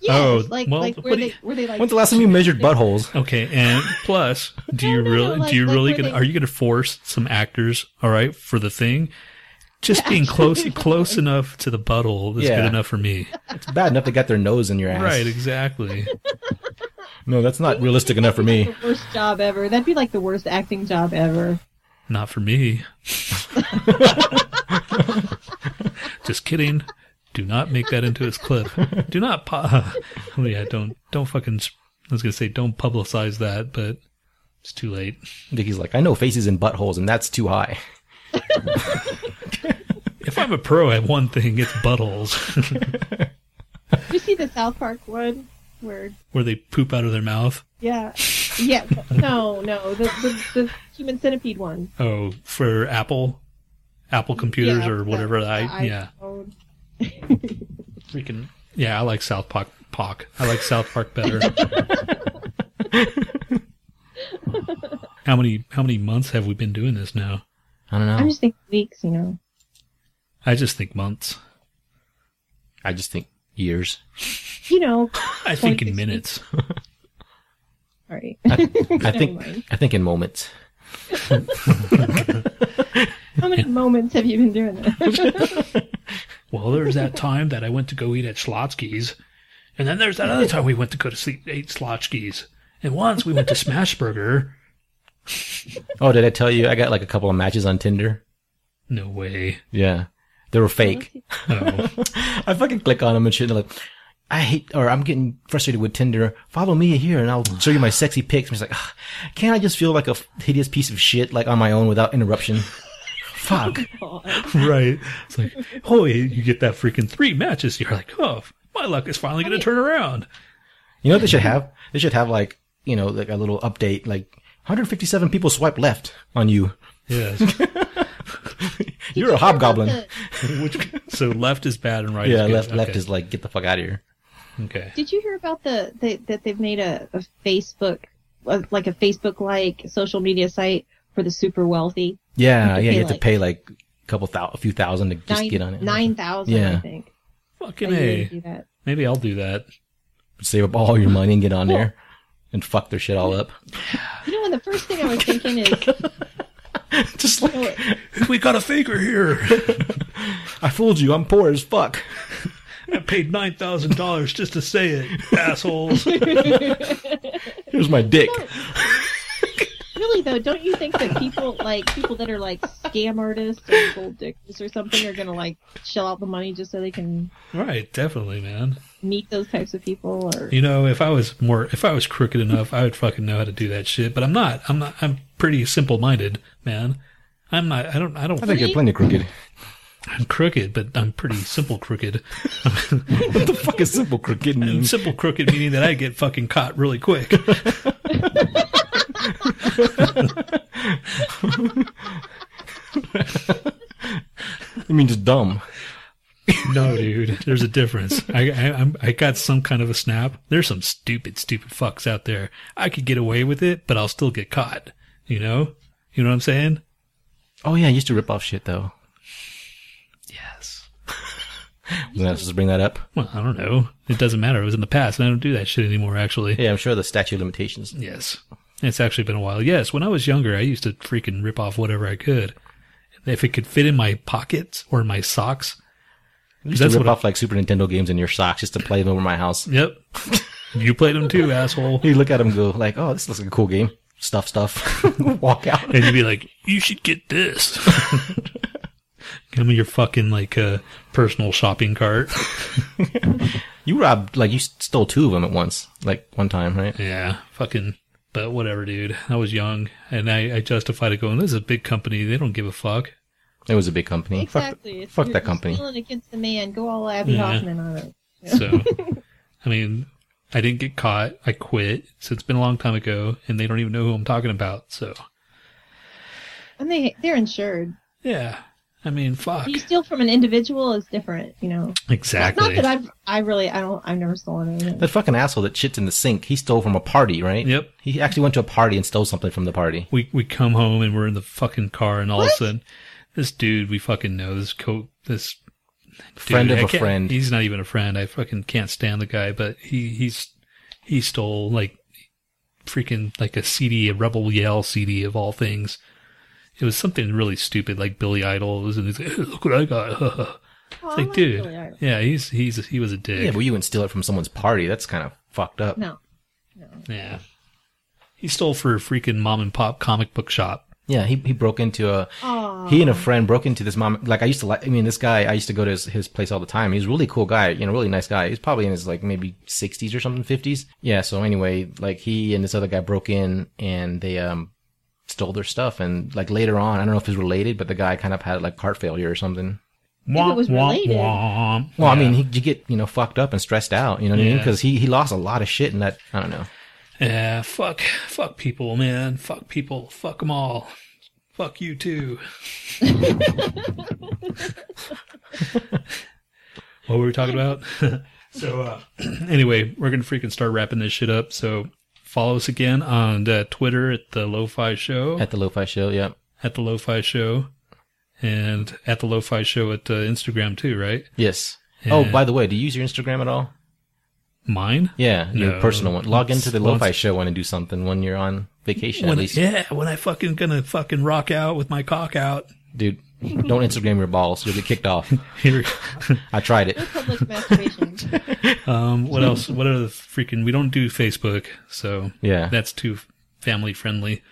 [SPEAKER 4] Yes,
[SPEAKER 2] Oh,
[SPEAKER 4] like
[SPEAKER 2] well,
[SPEAKER 4] like
[SPEAKER 2] what
[SPEAKER 4] were
[SPEAKER 2] do
[SPEAKER 4] they
[SPEAKER 2] you-
[SPEAKER 4] were they like
[SPEAKER 3] When's the last time you measured buttholes?
[SPEAKER 2] Okay, and plus, do you
[SPEAKER 4] No, no, no,
[SPEAKER 2] really,
[SPEAKER 4] like-
[SPEAKER 2] do you
[SPEAKER 4] like
[SPEAKER 2] really
[SPEAKER 4] where
[SPEAKER 2] gonna,
[SPEAKER 4] they-
[SPEAKER 2] are you gonna force some actors, all right, for the thing? Just being close, close enough to the butthole is good
[SPEAKER 3] Yeah.
[SPEAKER 2] enough for me.
[SPEAKER 3] It's bad enough they got their nose in your ass.
[SPEAKER 2] Right, exactly.
[SPEAKER 3] No, that's not realistic enough for
[SPEAKER 4] That'd be
[SPEAKER 3] me.
[SPEAKER 4] like the worst job ever. That'd be like the worst acting job ever.
[SPEAKER 2] Not for me. Just kidding. Do not make that into his clip. Do not. pu- [laughs] oh yeah, don't don't fucking. s- I was gonna say don't publicize that, but it's too late.
[SPEAKER 3] Vicky's like, I know faces and buttholes, and that's too high.
[SPEAKER 2] If I'm a pro at one thing, it's buttholes [laughs]
[SPEAKER 4] Did you see the South Park one where
[SPEAKER 2] where they poop out of their mouth.
[SPEAKER 4] yeah. Yeah. No, no. The the, the human centipede one.
[SPEAKER 2] Oh, for Apple, Apple computers
[SPEAKER 4] Yeah,
[SPEAKER 2] or
[SPEAKER 4] the-
[SPEAKER 2] whatever.
[SPEAKER 4] the
[SPEAKER 2] I yeah,
[SPEAKER 4] iPhone.
[SPEAKER 2] freaking yeah. I like South Park. Park. I like South Park [laughs] better. how many how many months have we been doing this now?
[SPEAKER 3] I don't know.
[SPEAKER 4] I'm just thinking weeks, you know.
[SPEAKER 2] I just think months.
[SPEAKER 3] I just think years.
[SPEAKER 4] You know,
[SPEAKER 2] I think in
[SPEAKER 4] 2016.
[SPEAKER 2] minutes.
[SPEAKER 4] All right.
[SPEAKER 3] [laughs] I think
[SPEAKER 4] mind.
[SPEAKER 3] I think in moments.
[SPEAKER 4] How many moments have you been doing
[SPEAKER 3] [laughs]
[SPEAKER 4] that?
[SPEAKER 2] Well, there's that time that I went to go eat at Schlotsky's, and then there's that other time we went to go to sleep ate Schlotsky's, and once we went to Smashburger.
[SPEAKER 3] Oh, did I tell you I got like a couple of matches on Tinder?
[SPEAKER 2] No way.
[SPEAKER 3] Yeah, they were fake.
[SPEAKER 2] Oh,
[SPEAKER 3] I fucking click on them and shit. And like, I hate, or I'm getting frustrated with Tinder. Follow me here, and I'll show you my sexy pics. And it's like, "Ugh, can't I just feel like a hideous piece of shit, like on my own without interruption? Fuck.
[SPEAKER 2] [laughs] right. It's like, oh, you get that freaking three matches. You're like, oh, my luck is finally going to turn around.
[SPEAKER 3] You know what they should have? They should have like, you know, like a little update, like 157 people swipe left on you.
[SPEAKER 2] Yes.
[SPEAKER 3] You're a
[SPEAKER 4] Uh,
[SPEAKER 3] hobgoblin.
[SPEAKER 2] Which, [laughs] so left is bad and right
[SPEAKER 3] Yeah,
[SPEAKER 2] is good.
[SPEAKER 3] left, left
[SPEAKER 2] Okay.
[SPEAKER 3] is like, get the fuck out of here.
[SPEAKER 2] Okay.
[SPEAKER 4] Did you hear about the, the that they've made a, a Facebook uh, like a Facebook like social media site for the super wealthy?
[SPEAKER 3] Yeah, yeah, you
[SPEAKER 4] pay,
[SPEAKER 3] have to
[SPEAKER 4] like-
[SPEAKER 3] pay like a couple thou, a few thousand to just
[SPEAKER 4] Nine-
[SPEAKER 3] get on it.
[SPEAKER 4] Nine thousand,
[SPEAKER 3] Yeah.
[SPEAKER 4] I think. I
[SPEAKER 2] Fucking
[SPEAKER 4] need to
[SPEAKER 2] A.
[SPEAKER 4] do that.
[SPEAKER 2] Maybe I'll do that.
[SPEAKER 3] Save up all your money and get on there and fuck their shit all
[SPEAKER 2] [laughs]
[SPEAKER 3] up.
[SPEAKER 4] You know, and the first thing I was thinking is,
[SPEAKER 3] just like,
[SPEAKER 2] We got a faker here.
[SPEAKER 3] [laughs] I fooled you. I'm poor as fuck.
[SPEAKER 2] I paid $9,000 just to say [laughs] it, assholes.
[SPEAKER 3] Here's my dick.
[SPEAKER 4] really though, don't you think that people like people that are like scam artists or gold diggers or something are gonna like shell out the money just so they can
[SPEAKER 2] right, definitely, man.
[SPEAKER 4] meet those types of people? Or
[SPEAKER 2] You know, if I was more, if I was crooked enough, I would fucking know how to do that shit. But I'm not. I'm not. I'm pretty simple-minded, man. I'm not. I don't. I don't.
[SPEAKER 3] I think you're plenty crooked. [laughs]
[SPEAKER 2] I'm crooked, but I'm pretty simple [laughs] crooked.
[SPEAKER 3] what the fuck is simple crooked?
[SPEAKER 2] And
[SPEAKER 3] mean?
[SPEAKER 2] simple crooked meaning that I get fucking caught really quick.
[SPEAKER 3] You mean just dumb?
[SPEAKER 2] No, dude, there's a difference. I, I, I'm, I got some kind of a snap. There's some stupid, stupid fucks out there. I could get away with it, but I'll still get caught. You know? You know what I'm saying?
[SPEAKER 3] Oh yeah, I used to rip off shit though.
[SPEAKER 2] Yes.
[SPEAKER 3] Wasn't I supposed to bring that up?
[SPEAKER 2] Well, I don't know. It doesn't matter. It was in the past, and I don't do that shit anymore, actually.
[SPEAKER 3] Yeah, I'm sure the statute of limitations.
[SPEAKER 2] Yes. It's actually been a while. Yes, when I was younger, I used to freaking rip off whatever I could. If it could fit in my pockets or in my socks,
[SPEAKER 3] You used to
[SPEAKER 2] That's
[SPEAKER 3] rip
[SPEAKER 2] what I-
[SPEAKER 3] off like Super Nintendo games in your socks just to play them over my house.
[SPEAKER 2] yep. you played them too, asshole.
[SPEAKER 3] You look at them, and go like, "Oh, this looks like a cool game." Stuff, stuff. [laughs] Walk out.
[SPEAKER 2] and you'd be like, "You should get this." [laughs] Give me your fucking like uh, personal shopping cart.
[SPEAKER 3] You robbed like you stole two of them at once, like one time, right?
[SPEAKER 2] yeah, fucking. But whatever, dude. I was young, and I, I justified it going. This is a big company. They don't give a fuck.
[SPEAKER 3] It was a big company. Fuck-
[SPEAKER 4] exactly,
[SPEAKER 3] Fuck,
[SPEAKER 4] It's- you're-
[SPEAKER 3] that
[SPEAKER 4] you're
[SPEAKER 3] company.
[SPEAKER 4] Stealing against the man, go all Abby
[SPEAKER 2] Yeah.
[SPEAKER 4] Hoffman on it.
[SPEAKER 2] So, I mean, I didn't get caught. I quit. So it's been a long time ago, and they don't even know who I'm talking about. So
[SPEAKER 4] And they they're insured.
[SPEAKER 2] yeah, I mean, fuck.
[SPEAKER 4] You steal from an individual is different, you know. Not
[SPEAKER 2] Exactly.
[SPEAKER 4] that I've I really I don't I've never stolen anything.
[SPEAKER 3] That fucking asshole that shits in the sink. He stole from a party, right?
[SPEAKER 2] Yep.
[SPEAKER 3] He actually went to a party and stole something from the party.
[SPEAKER 2] we we come home and we're in the fucking car, and all of a sudden, this dude we fucking know this co this
[SPEAKER 3] Friend
[SPEAKER 2] dude,
[SPEAKER 3] of
[SPEAKER 2] I
[SPEAKER 3] a
[SPEAKER 2] can't-
[SPEAKER 3] friend.
[SPEAKER 2] He's not even a friend. I fucking can't stand the guy, but he he's he stole like freaking like a CD, a Rebel Yell CD of all things. It was something really stupid, like Billy Idol. It was, and he's like, "Hey, "Look what I got!" [laughs]
[SPEAKER 4] Oh, I
[SPEAKER 2] It's like,
[SPEAKER 4] like
[SPEAKER 2] dude,
[SPEAKER 4] Billy Idol.
[SPEAKER 2] yeah, he's he's he was a dick.
[SPEAKER 3] Yeah, but you wouldn't steal it from someone's party. That's kind of fucked up.
[SPEAKER 4] No.
[SPEAKER 2] yeah. he stole for a freaking mom and pop comic book shop.
[SPEAKER 3] Yeah, he, he broke into a.
[SPEAKER 4] Aw.
[SPEAKER 3] He and
[SPEAKER 2] Um,
[SPEAKER 3] a friend broke into this mom. Like I used to like. I mean, this guy. I used to go to his, his place all the time. He's a really cool guy. You know, really nice guy. He's probably in his like maybe sixties or something, fifties. Yeah. So anyway, like he and this other guy broke in and they um stole their stuff. And like later on, I don't know if it's related, but the guy kind of had like heart failure or something.
[SPEAKER 4] If it was related.
[SPEAKER 2] womp.
[SPEAKER 3] Well,
[SPEAKER 2] Yeah.
[SPEAKER 3] I mean, he, you get you know fucked up and stressed out. You know what I mean?
[SPEAKER 2] Yeah.
[SPEAKER 3] Because he he lost a lot of shit in that. I don't know.
[SPEAKER 2] Yeah, fuck, fuck people, man. Fuck people. Fuck them all. Fuck you [laughs] too. what were we talking about? [laughs] so, uh, [clears throat] anyway, we're gonna freaking start wrapping this shit up. So, follow us again on uh, Twitter at the Lo-Fi Show, at,
[SPEAKER 3] At the Lo-Fi show. Yeah.
[SPEAKER 2] the Lo-Fi Show, and at the Lo-Fi Show at uh, Instagram too, right?
[SPEAKER 3] Yes. Oh, by the way, do you use your Instagram at all?
[SPEAKER 2] mine.
[SPEAKER 3] Yeah, your
[SPEAKER 2] No.
[SPEAKER 3] personal one. Log into the
[SPEAKER 2] Well,
[SPEAKER 3] Lo-Fi
[SPEAKER 2] it's-
[SPEAKER 3] Show one and do something when you're on vacation.
[SPEAKER 2] When
[SPEAKER 3] at
[SPEAKER 2] I,
[SPEAKER 3] least,
[SPEAKER 2] yeah, when I fucking gonna fucking rock out with my cock out.
[SPEAKER 3] dude, don't Instagram your balls. You'll get kicked off.
[SPEAKER 2] Here,
[SPEAKER 3] I tried it.
[SPEAKER 4] Public
[SPEAKER 2] [laughs]
[SPEAKER 4] masturbation.
[SPEAKER 2] um, what else? What are the freaking? We don't do Facebook, so
[SPEAKER 3] Yeah.
[SPEAKER 2] that's too family friendly.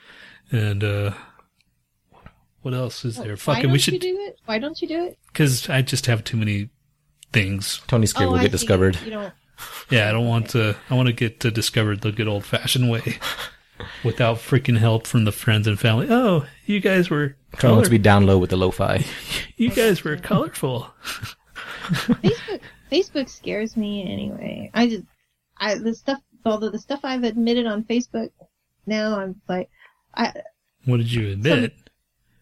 [SPEAKER 2] And uh, what else is there?
[SPEAKER 4] Why
[SPEAKER 2] Fucking,
[SPEAKER 4] don't
[SPEAKER 2] we
[SPEAKER 4] Oh, you
[SPEAKER 2] should
[SPEAKER 4] do it? Why don't you do it?
[SPEAKER 2] because I just have too many things.
[SPEAKER 3] Tony's scared we'll
[SPEAKER 4] Oh, I
[SPEAKER 3] get
[SPEAKER 4] see.
[SPEAKER 3] discovered.
[SPEAKER 4] You don't.
[SPEAKER 2] Yeah, I don't want to. I want to get to discovered the good old fashioned way, without freaking help from the friends and family. Oh, you guys were
[SPEAKER 3] Tony wants
[SPEAKER 2] color.
[SPEAKER 3] to be down low with the Lo-Fi.
[SPEAKER 2] you guys were colorful.
[SPEAKER 4] Facebook Facebook scares me anyway. I just I the stuff although the stuff I've admitted on Facebook now I'm like I
[SPEAKER 2] What did you admit?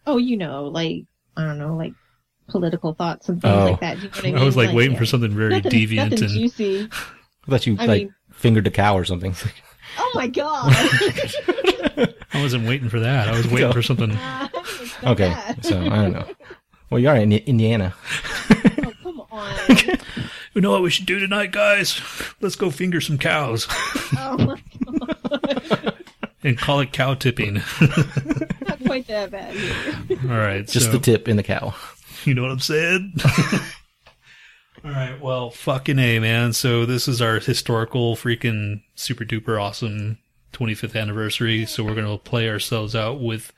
[SPEAKER 4] oh you know like I don't know like political thoughts and things
[SPEAKER 3] Oh.
[SPEAKER 4] like that. You know what I, mean?
[SPEAKER 2] I was like, waiting
[SPEAKER 4] yeah.
[SPEAKER 2] for something very
[SPEAKER 4] nothing,
[SPEAKER 2] deviant
[SPEAKER 4] nothing
[SPEAKER 2] and
[SPEAKER 4] juicy.
[SPEAKER 3] I thought you
[SPEAKER 4] I
[SPEAKER 3] like
[SPEAKER 4] mean-
[SPEAKER 3] fingered a cow or something. [laughs]
[SPEAKER 4] Oh
[SPEAKER 2] [laughs]
[SPEAKER 4] my god.
[SPEAKER 2] I wasn't waiting for that. I was waiting for something.
[SPEAKER 3] okay,
[SPEAKER 4] That.
[SPEAKER 3] so I don't know. Well, you are in Indiana.
[SPEAKER 4] Oh, come
[SPEAKER 2] [laughs]
[SPEAKER 4] on.
[SPEAKER 2] You know what we should do tonight, guys? Let's go finger some cows
[SPEAKER 4] Oh [laughs] my god.
[SPEAKER 2] and call it cow tipping.
[SPEAKER 4] Not quite that bad. either.
[SPEAKER 2] All right.
[SPEAKER 3] Just
[SPEAKER 2] so-
[SPEAKER 3] the tip in the cow.
[SPEAKER 2] [laughs] You know what I'm saying? [laughs] All right. Well, fucking A, man. So this is our historical, freaking super duper awesome 25th anniversary. So we're going to play ourselves out with.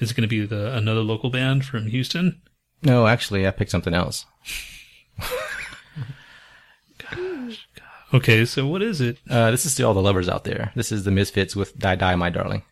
[SPEAKER 2] It's going to be the another local band from Houston.
[SPEAKER 3] No, actually, I picked something else.
[SPEAKER 2] Okay. So what is it?
[SPEAKER 3] Uh, this is to all the lovers out there. This is the Misfits with "Die Die My Darling."